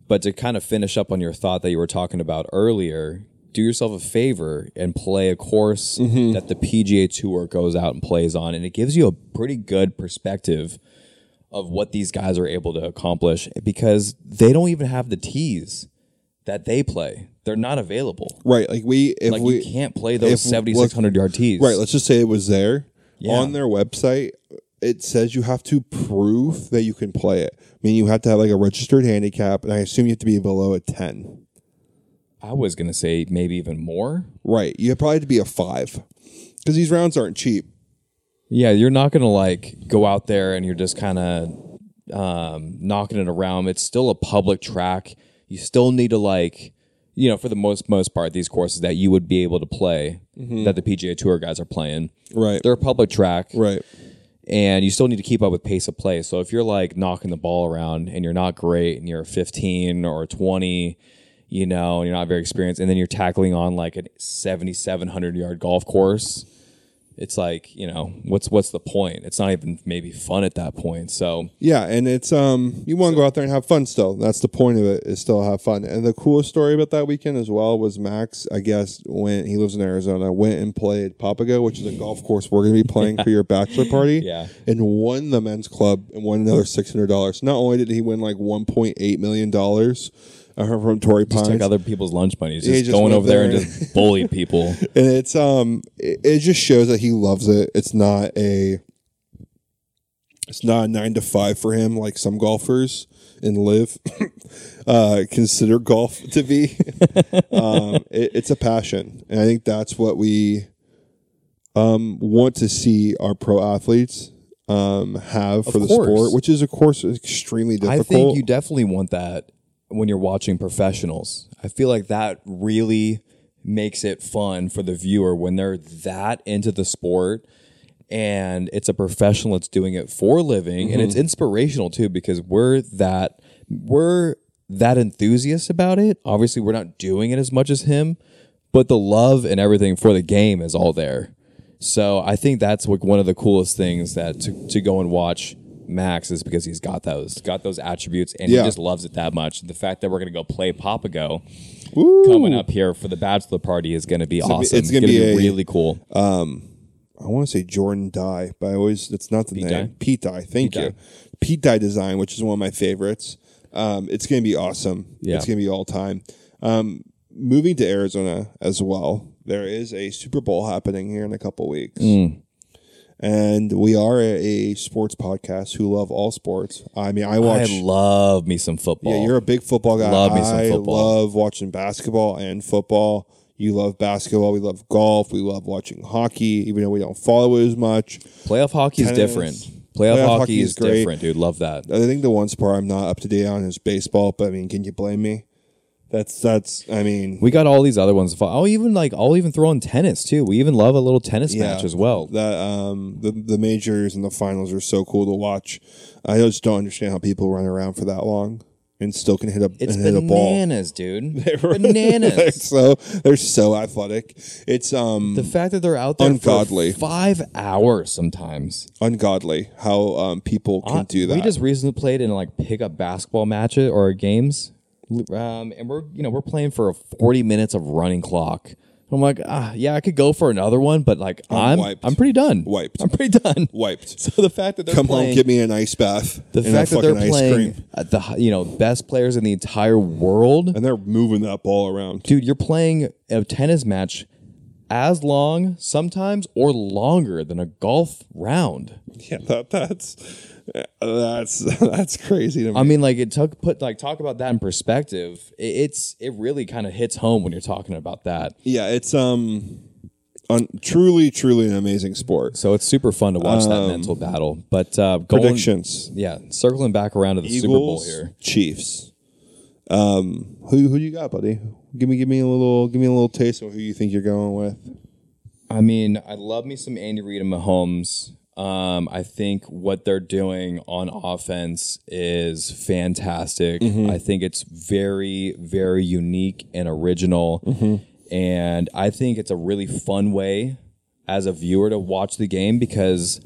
but to kind of finish up on your thought that you were talking about earlier, do yourself a favor and play a course that the PGA Tour goes out and plays on, and it gives you a pretty good perspective of what these guys are able to accomplish because they don't even have the tees that they play. They're not available.
Right. Like we if
Like
we
you can't play those
if-
seventy six hundred yard tees.
Right. Let's just say it was there
Yeah.
on their website. It says you have to prove that you can play it. I mean, you have to have like a registered handicap, and I assume you have to be below a ten.
I was gonna say maybe even more.
Right. You probably have to be a five because these rounds aren't cheap.
Yeah, you're not gonna like go out there and you're just kind of um, knocking it around. It's still a public track. You still need to like, you know, for the most most part, these courses that you would be able to play that the PGA Tour guys are playing.
Mm-hmm. Right.
They're a public track.
Right.
and you still need to keep up with pace of play. So if you're like knocking the ball around and you're not great and you're a 15 or a 20, you know, and you're not very experienced, and then you're tackling on like a 7,700 yard golf course, it's like you know, what's what's the point? It's not even maybe fun at that point. So
Yeah, and it's um you want to go out there and have fun still. That's the point of it is still have fun. And the coolest story about that weekend as well was Max, I guess, when he lives in Arizona, went and played Papago, which is a golf course we're gonna be playing for your bachelor party.
Yeah.
And won the men's club and won another six hundred dollars. Not only did he win like one point eight million dollars uh, from Torrey Pines.
take other people's lunch money, He's just,
just
going
went
over there and
there.
just bully people.
and it's um it, it just shows that he loves it it's not a it's not a nine to five for him like some golfers in live uh consider golf to be um it, it's a passion and i think that's what we um want to see our pro athletes um have for the
course.
sport which is of course extremely
I
difficult
think you definitely want that when you're watching professionals. I feel like that really makes it fun for the viewer when they're that into the sport and it's a professional that's doing it for a living and it's inspirational too because we're that we're that enthusiast about it. Obviously, we're not doing it as much as him, but the love and everything for the game is all there. So I think that's like one of the coolest things that to, to go and watch Max is because he's got those got those attributes and
Yeah.
he just loves it that much. The fact that we're gonna go play Papago
Woo!
coming up here for the bachelor party is gonna be awesome.
it's gonna be a-
really cool.
I want to say Jordan Dye, but I always it's not the name.
Dye?
Pete Dye. Thank
Pete
you.
Dye.
Pete Dye design, which is one of my favorites. Um, it's going to be awesome.
Yeah.
It's going to be all time. Um, moving to Arizona as well. There is a Super Bowl happening here in a couple weeks.
Hmm.
And we are a, a sports podcast who love all sports. I mean, I watch.
I love me some football.
yeah, you're a big football guy.
Love me some
I
football.
love watching basketball and football. You love basketball. We love golf. We love watching hockey, even though we don't follow it as much.
Playoff hockey is
Tennis.
different. Playoff, hockey, is,
great.
different, dude. Love that.
I think the one sport I'm not up to date on is baseball, but I mean, can you blame me? That's that's I mean
We got all these other ones. I'll even like I'll even throw in tennis too. We even love a little tennis match as well.
that um the the majors and the finals are so cool to watch. I just don't understand how people run around for that long and still can hit a
It's
and hit a ball.
bananas, dude. Bananas.
so they're so athletic. It's um
the fact that they're out there
Ungodly.
for five hours sometimes.
ungodly how um people can do that.
We just recently played in like pickup basketball matches or games, um, and we're you know we're playing for forty minutes of running clock. I'm like, ah, yeah, I could go for another one, but like I'm I'm,
wiped.
pretty done.
Wiped.
I'm pretty done.
wiped.
So the fact that they're
Come
playing,
home, give me an ice bath.
the
and a
fact that they're
fucking ice
playing
cream.
at the you know best players in the entire world,
and they're moving that ball around.
dude, you're playing a tennis match as long sometimes or longer than a golf round.
Yeah, that, that's that's that's crazy to me.
I mean, like it took put like talk about that in perspective. It, it's it really kind of hits home when you're talking about that.
yeah, it's um, un- truly, truly an amazing sport.
So it's super fun to watch that mental battle. But uh, going,
Predictions:
yeah, circling back around to the Super Bowl
Eagles,
here.
Chiefs. Um, who who you got, buddy? Give me give me a little give me a little taste of who you think you're going with.
I mean, I love me some Andy Reid and Mahomes. Um, I think what they're doing on offense is fantastic. I think it's very, very unique and original. And I think it's a really fun way as a viewer to watch the game because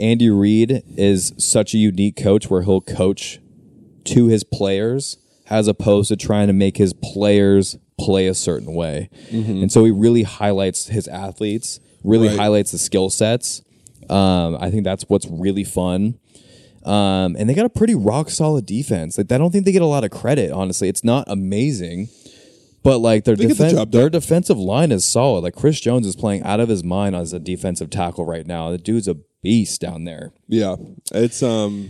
Andy Reid is such a unique coach where he'll coach to his players as opposed to trying to make his players play a certain way. And so he really highlights his athletes, really
Mm-hmm. Right.
highlights the skill sets. Um, I think that's what's really fun. Um, and they got a pretty rock solid defense. Like I don't think they get a lot of credit, honestly. It's not amazing, but like their
get the
defense,
job done.
their defensive line is solid. Like Chris Jones is playing out of his mind as a defensive tackle right now. The dude's a beast down there.
Yeah, it's um.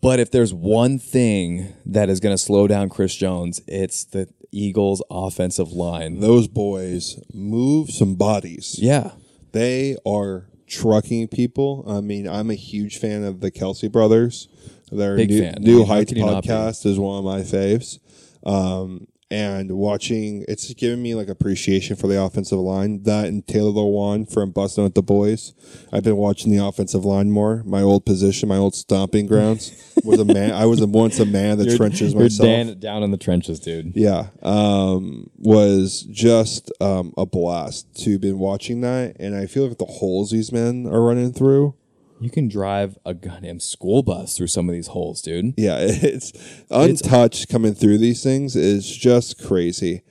But if there's one thing that is going to slow down Chris Jones, it's the Eagles' offensive line.
those boys move some bodies.
Yeah.
They are trucking people. I mean, I'm a huge fan of the Kelsey brothers. Their
Big
new,
fan. I
new
mean, how
Heights
can you not be?
podcast is one of my faves. Um, and watching, it's given me like appreciation for the offensive line. That and Taylor Lewan from Bustin' with the Boys. I've been watching the offensive line more. My old position, my old stomping grounds was a man. I was a, once a man of the trenches
You're
myself
Dan, down in the trenches, dude.
yeah um was just um a blast to been watching that and i feel like the holes these men are running through
You can drive a goddamn school bus through some of these holes, dude.
yeah it's untouched coming through these things is just crazy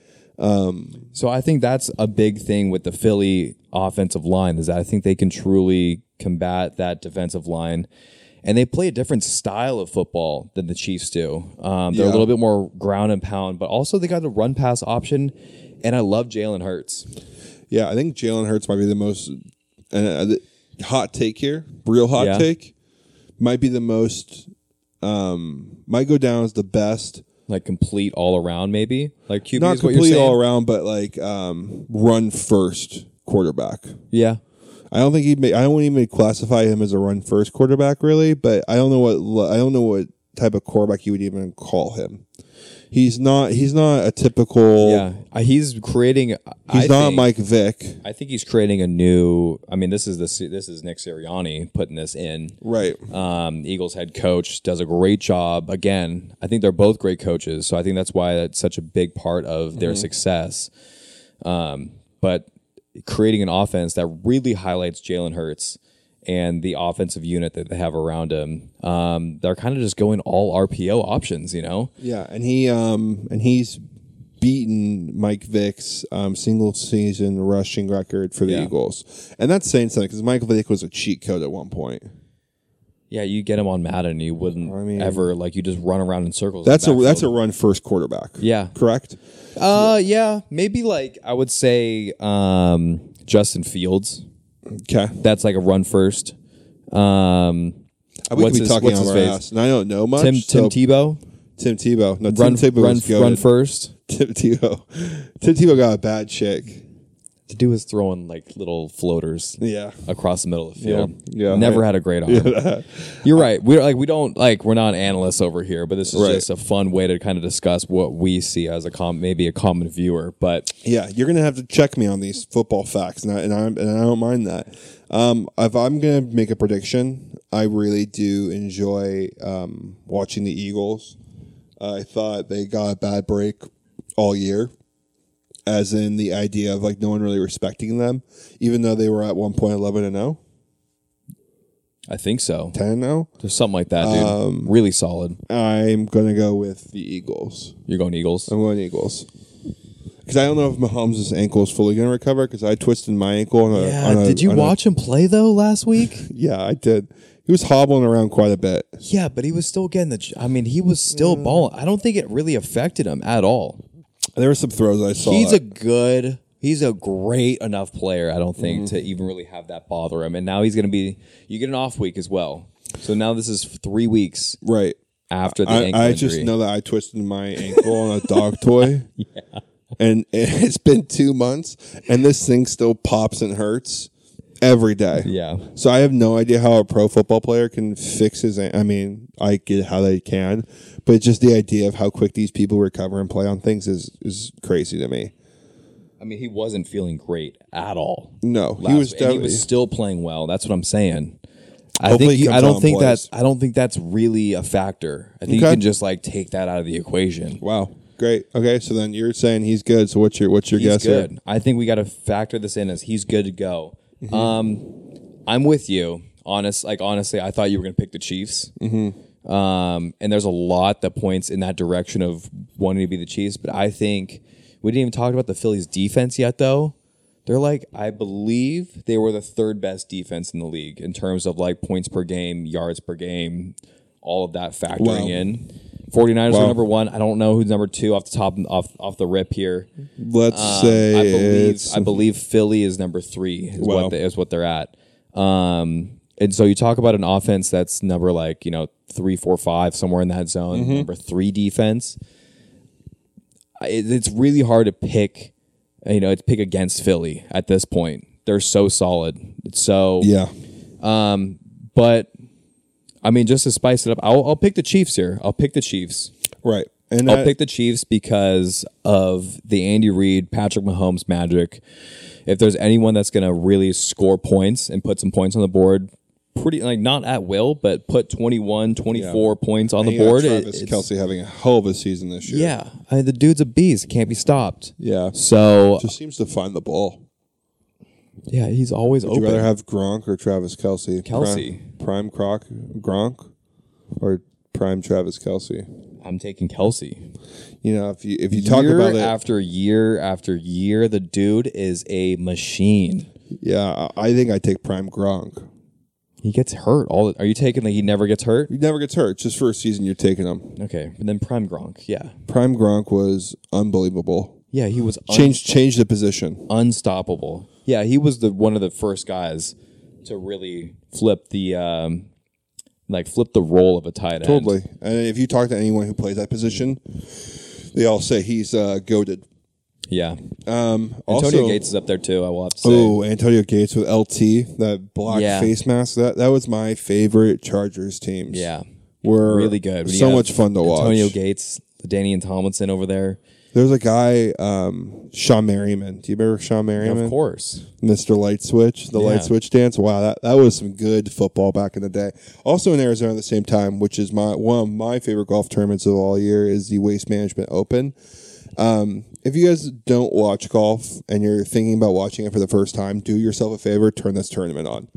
So I think that's a big thing with the Philly offensive line is that I think they can truly combat that defensive line. And they play a different style of football than the Chiefs do. Um, they're a
Yeah.
little bit more ground and pound, but also they got the run pass option. And I love Jalen Hurts.
yeah i think jalen hurts might be the most and uh, the- hot take here real hot
Yeah.
take might be the most um might go down as the best
like complete all around maybe like QB
not
is what you're
completely
saying.
all around but like um run first quarterback
yeah
I don't think he. May, I don't even classify him as a run first quarterback, really. But I don't know what. le- I don't know what type of quarterback you would even call him. He's not. He's not a typical.
yeah Uh, he's creating he's
He's
I
not
think,
Mike Vick.
I think he's creating a new I mean this is the se- this is Nick Sirianni putting this in
Right.
um, Eagles head coach does a great job again I think they're both great coaches so I think that's why that's such a big part of
Mm-hmm.
their success um, but creating an offense that really highlights Jalen Hurts and the offensive unit that they have around him um, they're kind of just going all RPO options you know
Yeah, and he. Um. And he's beaten Mike Vick's um, single season rushing record for the
Yeah.
Eagles, and that's saying something because Mike Vick was a cheat code at one point.
Yeah, you get him on Madden, you wouldn't ever like you just run around in circles.
That's a that's a run first quarterback.
Yeah.
Correct.
a uh yeah maybe like I would say um Justin Fields.
Okay.
That's like a run first. Um,
I would
What's
be
his-
talking
what's
out of
his
our
face?
ass, and I don't know much.
Tim
so-
Tim Tebow
Tim Tebow. No,
run
Tim Tebow
run
was goated.
run first.
Tim Tebow. Tim Tebow got a bad check.
The dude was throwing like little floaters
Yeah.
across the middle of the field.
Yeah, yeah,
never
I-
had a great arm. You're right. We're like we don't like we're not analysts over here, but this is
Right.
just a fun way to kind of discuss what we see as a com maybe a common viewer, but.
Yeah, you're gonna have to check me on these football facts, and I and, I'm, and I don't mind that. Um, if I'm gonna make a prediction, I really do enjoy um, watching the Eagles. I thought they got a bad break all year, as in the idea of like no one really respecting them, even though they were at one point 11 and 0,
I think so.
10 and 0.
There's something like that, dude.
Um,
really solid.
I'm gonna go with the Eagles.
You're going Eagles.
I'm going Eagles. Because I don't know if Mahomes' ankle is fully going to recover. Because I twisted my ankle on a. on a- on a-
him play though last week?
yeah, I did. He was hobbling around quite a bit.
yeah, but he was still getting the. ch- I mean, he was still balling. I don't think it really affected him at all.
There were some throws I saw.
He's a good. He's a great enough player. I don't think
Mm-hmm.
to even really have that bother him. And now he's going to be. You get an off week as well. So now this is three weeks
right.
after the
I,
ankle
I
injury.
just know that I twisted my ankle on a dog toy. Yeah. And it's been two months, and this thing still pops and hurts every day.
Yeah.
So I have no idea how a pro football player can fix his. I mean, I get how they can, but just the idea of how quick these people recover and play on things is is crazy to me.
I mean, he wasn't feeling great at all.
No,
Last,
Mm, he was
and he
definitely
was still playing well. That's what I'm saying. I
Hopefully
think
he
you,
comes
I
out
don't
and
think
plays.
that's I don't think that's really a factor. I think
Okay.
you can just like take that out of the equation.
Wow, great. Okay, so then you're saying he's good. So what's your what's your
He's
guess? here?
good. I think we got to factor this in as he's good to go.
Mm-hmm.
Um, I'm with you. Honest, like honestly, I thought you were going to pick the Chiefs.
Mm-hmm.
Um, and there's a lot that points in that direction of wanting to be the Chiefs. But I think we didn't even talk about the Phillies' defense yet, though. They're like, I believe they were the third best defense in the league in terms of like points per game, yards per game, all of that factoring
Wow.
in. 49ers
Wow.
are number one. I don't know who's number two off the top off off the rip here.
Mm-hmm. Let's
Um,
say
I believe
it's
I believe Philly is number three is
Well.
what they, is what they're at. Um, and so you talk about an offense that's number like you know three, four, five, somewhere in that zone.
Mm-hmm.
Number three defense. I- It, it's really hard to pick. You know, it's pick against Philly at this point. They're so solid. It's so
yeah.
But I mean, just to spice it up, I'll, I'll pick the Chiefs here. I'll pick the Chiefs.
Right. And
I'll
I-
pick the Chiefs because of the Andy Reid, Patrick Mahomes magic. If there's anyone that's going to really score points and put some points on the board, pretty like not at will, but put 21, 24 points on the
you got
board. it-
Travis
it's-
Kelsey having a hell of a season this year.
Yeah. I mean, the dude's a beast. Can't be stopped.
Yeah.
So,
Just seems to find the ball.
yeah, he's always
Would you rather
open.
have Gronk or Travis Kelsey?
Kelsey.
Prime, prime Croc Gronk or prime Travis Kelsey?
I'm taking Kelsey.
You know, if you if you talk
year
about it,
after year after year, the dude is a machine.
yeah, I I think I take prime Gronk.
He gets hurt all. The, are you taking like he never gets hurt?
He never gets hurt. Just for a season, you're taking him.
Okay, but then Prime Gronk, yeah,
Prime Gronk was unbelievable.
yeah, he was un-
Change change the position.
unstoppable. Yeah, he was the one of the first guys to really flip the um, like flip the role of a tight end.
Totally. And if you talk to anyone who plays that position, they all say he's uh, goaded.
Yeah,
Um,
Antonio
also,
Gates is up there too. I will have to say.
Oh, Antonio Gates with LT, that black
Yeah.
face mask. That that was my favorite Chargers teams.
Yeah,
were
really good.
So
Yeah,
much fun to
Antonio
watch.
Gates, Danny and Tomlinson over there.
There's a guy, um, Sean Merriman. Do you remember Sean Merriman?
Of course,
Mr. Light Switch, the
Yeah.
Light Switch dance. Wow, that, that was some good football back in the day. Also in Arizona at the same time, which is my one of my favorite golf tournaments of all year is the Waste Management Open. Um, if you guys don't watch golf and you're thinking about watching it for the first time, do yourself a favor, turn this tournament on.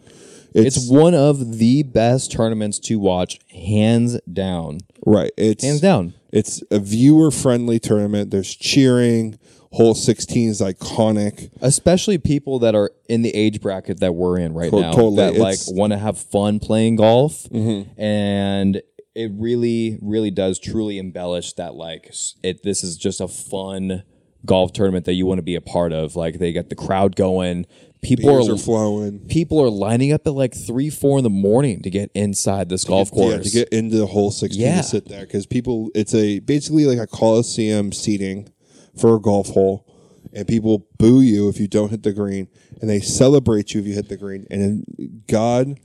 It's,
it's one of the best tournaments to watch, hands down.
right. It's
Hands down.
It's a viewer friendly tournament. There's cheering. Hole 16 is iconic.
especially people that are in the age bracket that we're in right
To-
now
totally.
that like
It's- Mm-hmm.
want to have fun playing golf and it really really does truly embellish that like s- it this is just a fun golf tournament that you want to be a part of like they get the crowd going people
Beers
are,
are flowing.
people are lining up at like 3 4 in the morning to get inside this golf course
Yeah, to get into the whole 16
Yeah.
to sit there because people, it's a basically like a coliseum seating for a golf hole, and people boo you if you don't hit the green, and they celebrate you if you hit the green, and then God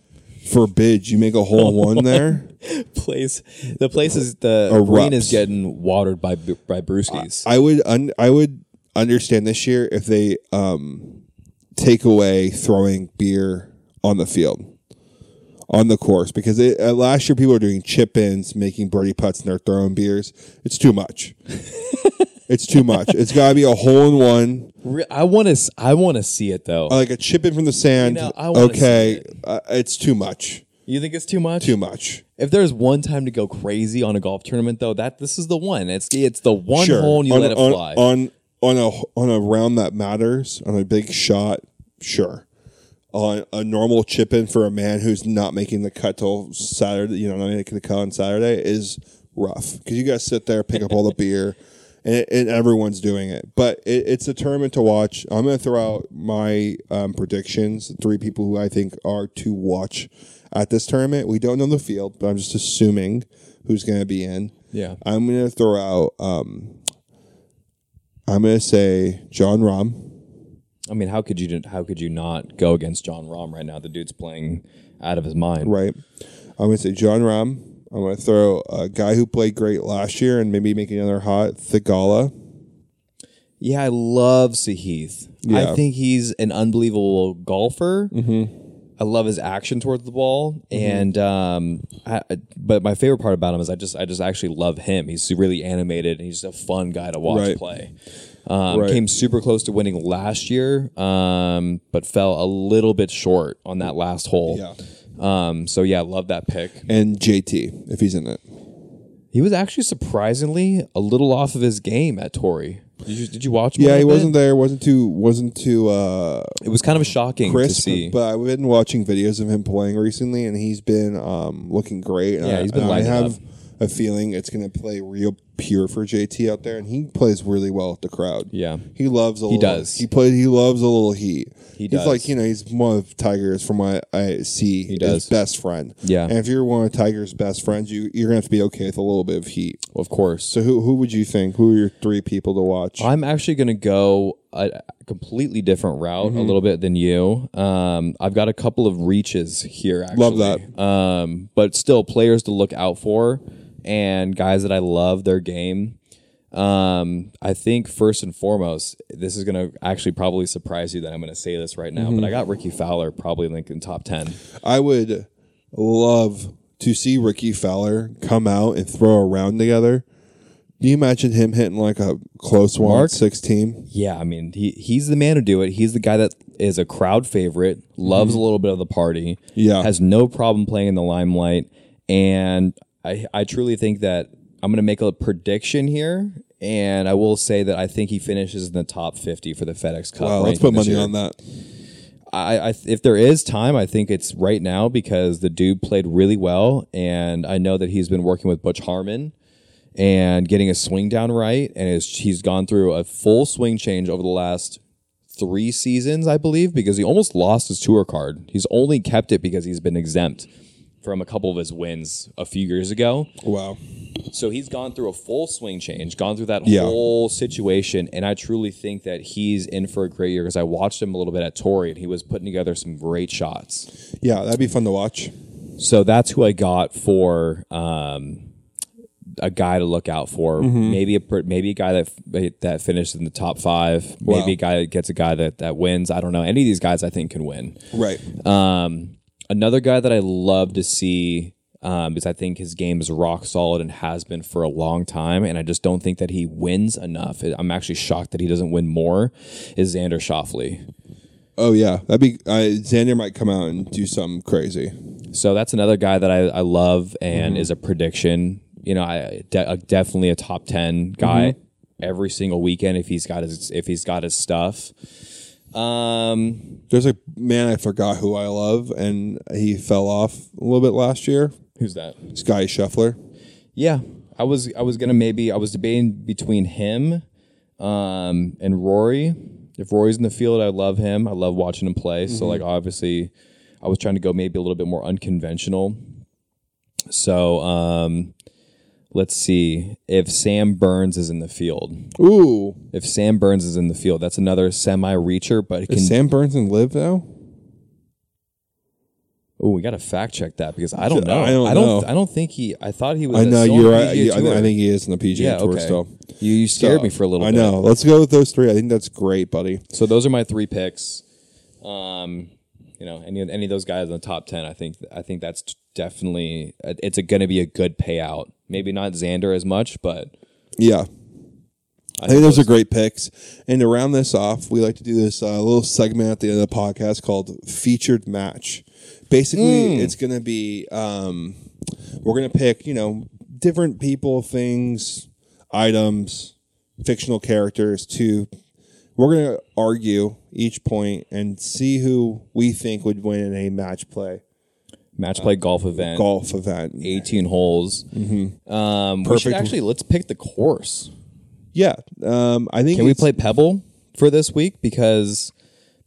forbid you make a hole in one there.
place the place is the
Erupts.
green is getting watered by bu- by brewskis
I would un- I would understand this year if they um, take away throwing beer on the field. On the course because it, uh, last year people were doing chip ins, making birdie putts, and they're throwing beers. It's too much. it's too much. It's got to be a hole in one,
Re- I, want to I want to see it though
like a chip in from the sand.
You know, I wanna
okay,
see
Uh, it's too much.
you think it's too much
Too much.
If there's one time to go crazy on a golf tournament, though, that this is the one. It's it's the one
Sure.
hole and you
on,
let it
on-
fly.
on on a on a round that matters on a big shot. Sure, on a normal chip in for a man who's not making the cut till Saturday. You know, not making the cut on Saturday is rough because you guys sit there, pick up all the beer, and, and everyone's doing it. But it, it's a tournament to watch. I'm going to throw out my um, predictions. Three people who I think are to watch at this tournament. We don't know the field, but I'm just assuming who's going to be in.
Yeah.
I'm going to throw out. Um, I'm going to say John Rahm.
I mean, how could you didn't- how could you not go against John Rahm right now? The dude's playing out of his mind.
Right. I'm going to say John Rahm. I'm going to throw a guy who played great last year and maybe make another hot Thigala.
Yeah, I love Sahith.
Yeah. Mm-hmm.
I think he's an unbelievable golfer. I love his action towards the ball, and um, I, I- but my favorite part about him is I just I just actually love him. He's really animated, and he's just a fun guy to watch
Right.
play. Um,
Right.
Came super close to winning last year, um, but fell a little bit short on that last hole.
Yeah.
Um, so yeah, love that pick.
and JT if he's in it.
He was actually surprisingly a little off of his game at Torrey. Did you, did you watch? Him
Yeah,
a
he
bit?
wasn't there. wasn't too wasn't too uh,
It was kind of shocking to
crisp.
see.
But I've been watching videos of him playing recently, and he's been um, looking great. And
Yeah,
I-
he's been
and I
lighting
have
up.
a feeling it's going to play real pure for JT out there, and he plays really well with the crowd.
Yeah.
he loves. A he little,
does.
He plays. He loves a little heat.
He
He's
does.
like you know he's one of Tiger's from what I see. He
does.
best friend.
Yeah.
and if you're one of Tiger's best friends, you you're gonna have to be okay with a little bit of heat.
of course.
So who who would you think? Who are your three people to watch?
I'm actually going to go a completely different route a little bit than you. Um, I've got a couple of reaches here. Actually.
that.
Um, but still, players to look out for and guys that I love their game. Um, I think first and foremost, this is going to actually probably surprise you that I'm going to say this right now, but I got Ricky Fowler probably like in top 10.
I would love to see Ricky Fowler come out and throw a round together. Do you imagine him hitting like a close one at
Mark?
16?
Yeah, I mean, he he's the man to do it. He's the guy that is a crowd favorite, loves a little bit of the party.
Mm-hmm. Yeah.
has no problem playing in the limelight, and I I truly think that I'm going to make a prediction here, and I will say that I think he finishes in the top 50 for the FedEx Cup.
Wow, let's
ranking
put
this
money
year.
on that.
I, I if there is time, I think it's right now because the dude played really well, and I know that he's been working with Butch Harmon and getting his swing down right, and is he's gone through a full swing change over the last three seasons, I believe, because he almost lost his tour card. He's only kept it because he's been exempt from a couple of his wins a few years ago.
Wow.
So he's gone through a full swing change, gone through that
Yeah.
whole situation, and I truly think that he's in for a great year because I watched him a little bit at Torrey, and he was putting together some great shots.
Yeah, that'd be fun to watch.
So that's who I got for um, a guy to look out for.
Mm-hmm.
Maybe a per- maybe a guy that that finished in the top five.
Wow.
Maybe a guy that gets a guy that that wins. I don't know. Any of these guys I think can win.
Right.
Um, another guy that I love to see um, because I think his game is rock solid and has been for a long time, and I just don't think that he wins enough. I'm actually shocked that he doesn't win more. Is Xander Shoffley?
Oh yeah, that'd be uh, Xander might come out and do something crazy.
So that's another guy that I, I love and is a prediction. You know, I de- uh, definitely a top ten guy every single weekend if he's got his if he's got his stuff. Um,
There's a man I forgot who I love, and he fell off a little bit last year.
who's that?
Sky Scheffler.
Yeah, I was I was gonna maybe I was debating between him um, and Rory. If Rory's in the field, I love him. I love watching him play. So
Mm-hmm.
like obviously, I was trying to go maybe a little bit more unconventional. So um, let's see if Sam Burns is in the field.
Ooh,
If Sam Burns is in the field, that's another semi reacher. But it can
is Sam Burns and live now?
oh, we gotta fact check that because I don't
I don't
know. I don't.
know.
I don't think he. I thought he was.
I
a-
know
still on
you're
the
right.
PGA
Yeah, I
Tour.
I think he is in the PGA
Yeah,
Tour
okay.
still.
You, you scared me for a little.
I
bit.
know. Let's go with those three. I think that's great, buddy.
So those are my three picks. Um, you know, any any of those guys in the top ten, I think I think that's definitely it's going to be a good payout. Maybe not Xander as much, but
Yeah. I think those are great picks. And to round this off, we like to do this uh, little segment at the end of the podcast called Featured Match. Basically,
Hmm.
it's going to be um, we're going to pick, you know, different people, things, items, fictional characters to. We're going to argue each point and see who we think would win in a match play
match play golf event,
Uh, golf event.
eighteen holes. Um, we should
Perfect.
actually let's pick the course.
Yeah. Um, I think
Can we
it's-
play Pebble for this week because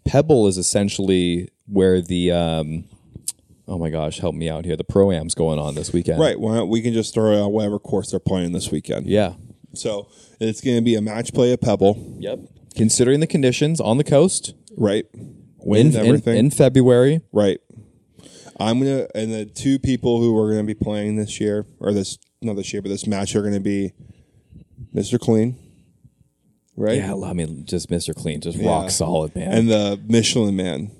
Pebble is essentially where the um, oh my gosh, help me out here. The pro am's going on this weekend,
Right. Why don't we can just throw out whatever course they're playing this weekend.
Yeah.
So it's going to be a match play at Pebble,
Yep. Considering the conditions on the coast,
right?
in,
Wind
in-
everything,
in February.
right? I'm gonna and the two people who are gonna be playing this year or this not this year but this match are gonna be Mr. Clean, right?
Yeah, I mean, just Mr. Clean, just rock
Yeah.
solid, man.
And the Michelin Man.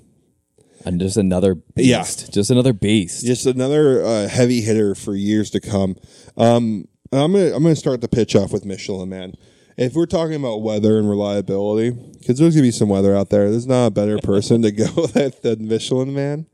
And just another
Yeah.
beast. Just another beast.
just another uh, heavy hitter for years to come. Um, and I'm gonna I'm gonna start the pitch off with Michelin Man. If we're talking about weather and reliability, because there's gonna be some weather out there, there's not a better person to go with than Michelin Man.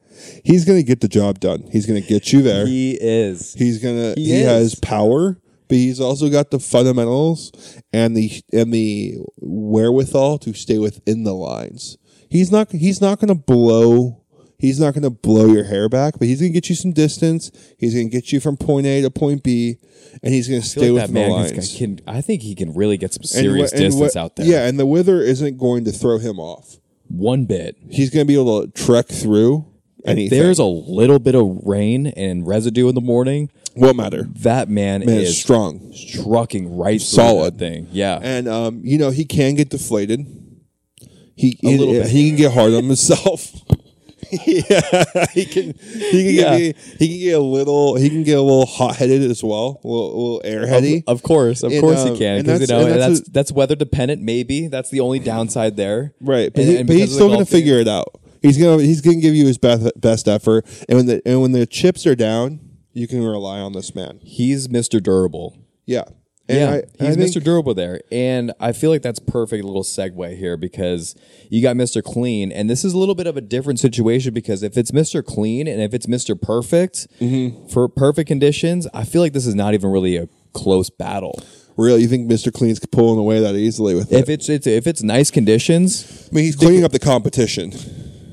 He's gonna get the job done. He's gonna get you there.
He is.
He's gonna. He,
He is.
has power, but he's also got the fundamentals and the and the wherewithal to stay within the lines. He's not. He's not gonna blow. He's not gonna blow your hair back, but he's gonna get you some distance. He's gonna get you from point A to point B, and he's gonna
I feel
stay
like
within the
has
lines.
got- can, I think he can really get some
And wha-
serious
and wha-
distance out there.
Yeah, and the wither isn't going to throw him off.
One bit.
He's gonna be able to trek through anything.
There's a little bit of rain and residue in the morning.
what matter?
That man,
Man,
is
strong.
trucking right
Solid.
solid thing. Yeah.
and um, you know he can get deflated. He he,
little bit.
he can get hard on himself. yeah, he can. He can,
Yeah.
get, he can get a little. He can get a little hot headed as well. A little, a little air heady.
Of course, of
And,
course
um,
he can.
and
Because you
that's-
know
and
that's
that's
that's, weather dependent. Maybe that's the only downside there.
Right, but,
And-
he-
and
but
because
he's
of the
still going to
golf game.
figure it out. He's gonna he's gonna give you his best best effort, and when the and when the chips are down, you can rely on this man.
He's Mr. Durable.
Yeah, and
yeah,
I- I
he's
think-
Mr. Durable there, and I feel like that's perfect little segue here because you got Mr. Clean, and this is a little bit of a different situation because if it's Mr. Clean and if it's Mr. Perfect
Mm-hmm.
for perfect conditions, I feel like this is not even really a close battle.
Really, you think Mister Clean's pulling away that easily with it?
If it's, it's if it's nice conditions,
I mean, he's cleaning up the competition.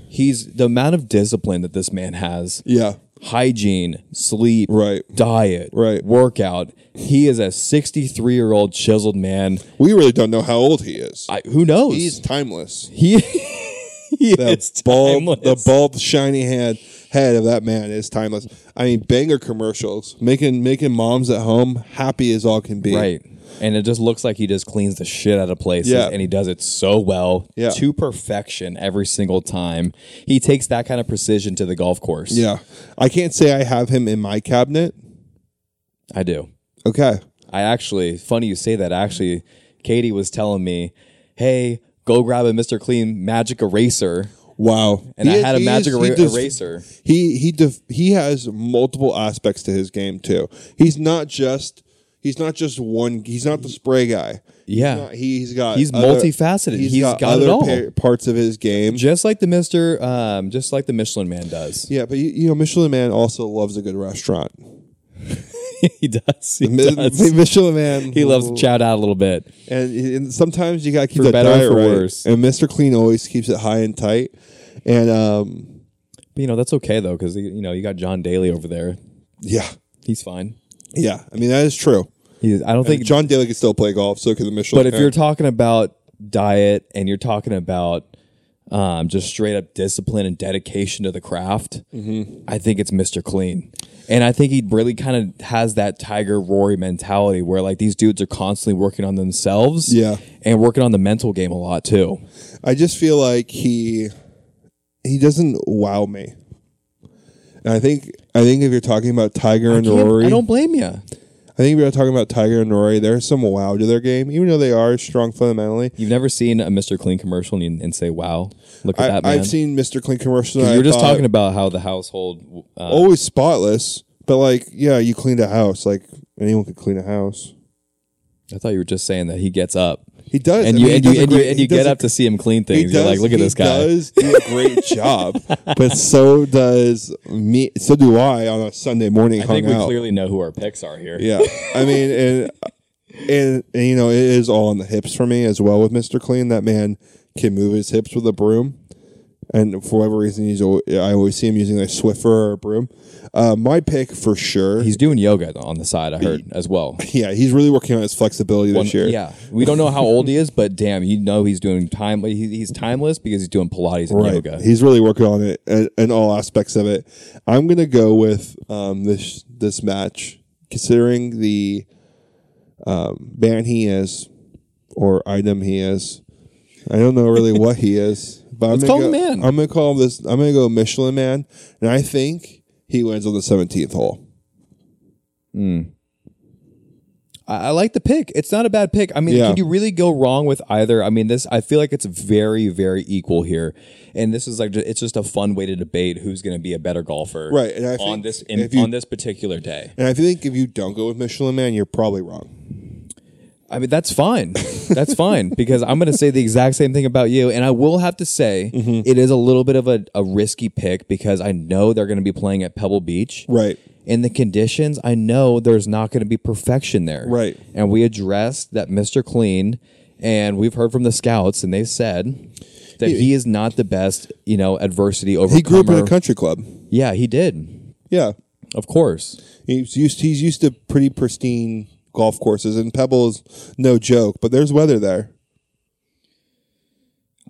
he's the amount of discipline that this man has
Yeah,
hygiene, sleep,
Right.
diet,
Right.
workout. He is a 63 year old chiseled man.
we really don't know how old he is.
I, who knows?
He's timeless.
he he is
The bald,
timeless.
the bald, shiny head head of that man is timeless. I mean, banger commercials, making making moms at home happy as all can be.
right. And it just looks like he just cleans the shit out of places,
Yeah.
and he does it so well,
Yeah.
to perfection every single time. He takes that kind of precision to the golf course.
Yeah, I can't say I have him in my cabinet.
I do.
Okay.
I actually, funny you say that. Actually, Katie was telling me, "Hey, go grab a Mr. Clean Magic Eraser,"
Wow.
and
He-
I had a
he
Magic
is-
era-
he does-
Eraser.
He he def- he has multiple aspects to his game too. He's not just he's not just one. He's not the spray guy. He's,
Yeah.
not- he's got
He's multifaceted. He's got it
other
all.
pa- parts of his game.
just like the Mister, um, just like the Michelin Man does.
Yeah, but you, you know, Michelin Man also loves a good restaurant.
he does. He
Mi-
does.
Michelin Man,
He loves to chow down a little bit.
and, and sometimes you gotta keep
For
that
better or
diet
for
right.
worse.
And Mister Clean always keeps it high and tight. And um,
But, you know that's okay though, because you know you got John Daly over there.
yeah,
He's fine.
yeah. I mean that is true.
He's, I don't think.
John Daly can still play golf, so can the Michelin.
but if
Man.
you're talking about diet and you're talking about um, just straight up discipline and dedication to the craft,
Mm-hmm.
I think it's Mister Clean. And I think he really kind of has that Tiger Rory mentality where like these dudes are constantly working on themselves,
Yeah.
and working on the mental game a lot too.
I just feel like he he doesn't wow me. And I think I think if you're talking about Tiger and
Can't-
Rory,
I don't blame you.
I think if you're talking about Tiger and Rory, there's some wow to their game, even though they are strong fundamentally.
You've never seen a Mr. Clean commercial and, and say, "Wow, look at that
I,
man."
I've seen Mr. Clean commercials. and
you
I
were just
thought,
talking about how the household. Uh,
always spotless, but like, yeah, you cleaned a house. Like anyone could clean a house.
I thought you were just saying that he gets up
He does,
and
I
you
mean, he
and you
does a
and you,
great-
and
he
you get
does a-
up to see him clean
he
things. You're like,
does-
"Look at this guy."
He does do a great job, but so does me. So do I on a Sunday morning.
I think
hung
we
out.
clearly know who our picks are here.
Yeah, I mean, and, and and you know, it is all on the hips for me as well with Mister Clean. That man can move his hips with a broom, and for whatever reason, he's al- I always see him using a Swiffer or a broom. Uh, my pick for sure.
He's doing yoga on the side. I heard as well.
yeah, he's really working on his flexibility this year.
Yeah, we don't know how old he is, but damn, you know he's doing time. He, he's timeless because he's doing Pilates and
Right.
yoga.
He's really working on it and, and all aspects of it. I'm gonna go with um, this this match, considering the um, man he is or item he is. I don't know really what he is, but I'm
Let's
gonna
call
go,
him man.
I'm gonna call him this. I'm gonna go Michelin Man, and I think he wins on the 17th hole.
I, I like the pick. It's not a bad pick. I mean,
Yeah.
can you really go wrong with either? I mean, this I feel like it's very, very equal here, and this is like ju- it's just a fun way to debate who's going to be a better golfer,
Right, and I
on
think
this in,
if you-
on this particular day.
And I think if you don't go with Michelin Man, you're probably wrong.
I mean, that's fine. That's fine because I'm going to say the exact same thing about you. And I will have to say
Mm-hmm.
it is a little bit of a, a risky pick because I know they're going to be playing at Pebble Beach.
Right.
In the conditions, I know there's not going to be perfection there.
Right.
And we addressed that Mr. Clean, and we've heard from the scouts, and they've said that he, is not the best, you know, adversity overcomer.
He grew up in a country club.
Yeah, he did.
Yeah.
Of course.
He's used he's used to pretty pristine golf courses and Pebble is no joke, but there's weather there.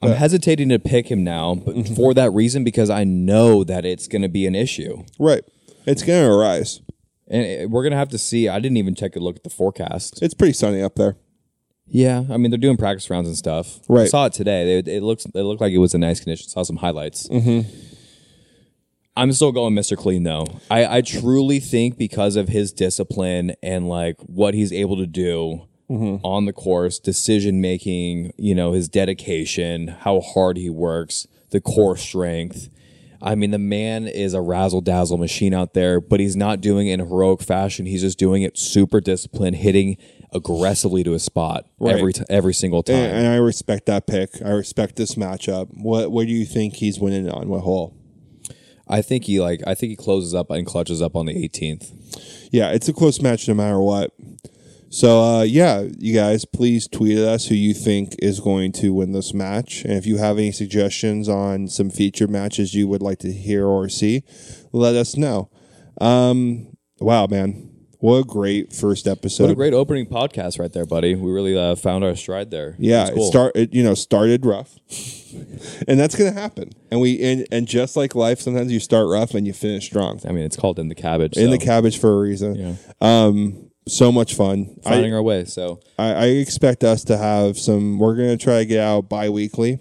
I'm hesitating to pick him now,
Mm-hmm.
but for that reason, because I know that it's going to be an issue.
Right. It's gonna arise.
And it- we're gonna have to see. I didn't even take a look at the forecast.
It's pretty sunny up there.
Yeah, I mean they're doing practice rounds and stuff. I
Right.
saw it today. They, it looks. It looked like it was a nice condition. Saw some highlights. Mm-hmm. I'm still going Mr. Clean though. I, I truly think because of his discipline and like what he's able to do on the course, decision making, you know, his dedication, how hard he works, the core strength. I mean, the man is a razzle dazzle machine out there, but he's not doing it in heroic fashion. He's just doing it super disciplined, hitting aggressively to a spot every t- every single time.
And, and I respect that pick. I respect this matchup. What what do you think he's winning on? What hole?
I think he like I think he closes up and clutches up on the 18th.
Yeah, it's a close match no matter what. So uh, yeah, you guys, please tweet at us who you think is going to win this match, and if you have any suggestions on some featured matches you would like to hear or see, let us know. Um, wow, man, what a great first episode!
What a great opening podcast right there, buddy. We really uh, found our stride there.
Yeah,
That's cool.
it started. You know, started rough, and that's gonna happen. And we and, and just like life, sometimes you start rough and you finish strong.
I mean, it's called in the cabbage.
In the
so
cabbage for a reason.
Yeah.
Um, so much fun. I,
finding our way. So
I I expect us to have some. We're gonna try to get out bi-weekly,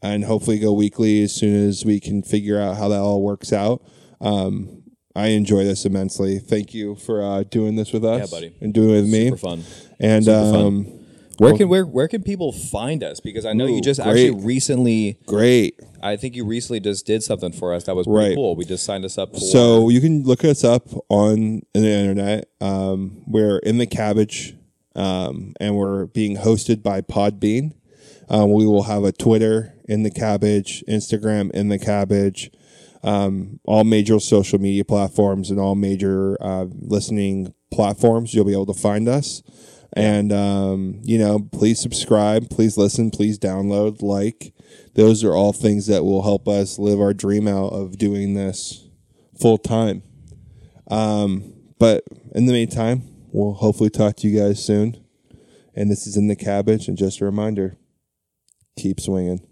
and hopefully go weekly as soon as we can figure out how that all works out. Um, I enjoy this immensely. Thank you for uh, doing this with us,
buddy.
and doing it with me.
super fun.
And
fun.
um,
Where can where where can people find us? Because I know
Ooh,
you just
great.
actually recently.
great.
I think you recently just did something for us that was pretty
Right.
cool. We just signed us up. For,
So you can look us up on the internet. Um, we're in the cabbage, um, and we're being hosted by Podbean. Um, we will have a Twitter in the cabbage, Instagram in the cabbage, um, all major social media platforms and all major uh, listening platforms. You'll be able to find us. And um, you know, please subscribe, please listen, please download, like. Those are all things that will help us live our dream out of doing this full time. Um, but in the meantime, we'll hopefully talk to you guys soon. And this is in the cabbage. And just a reminder keep swinging.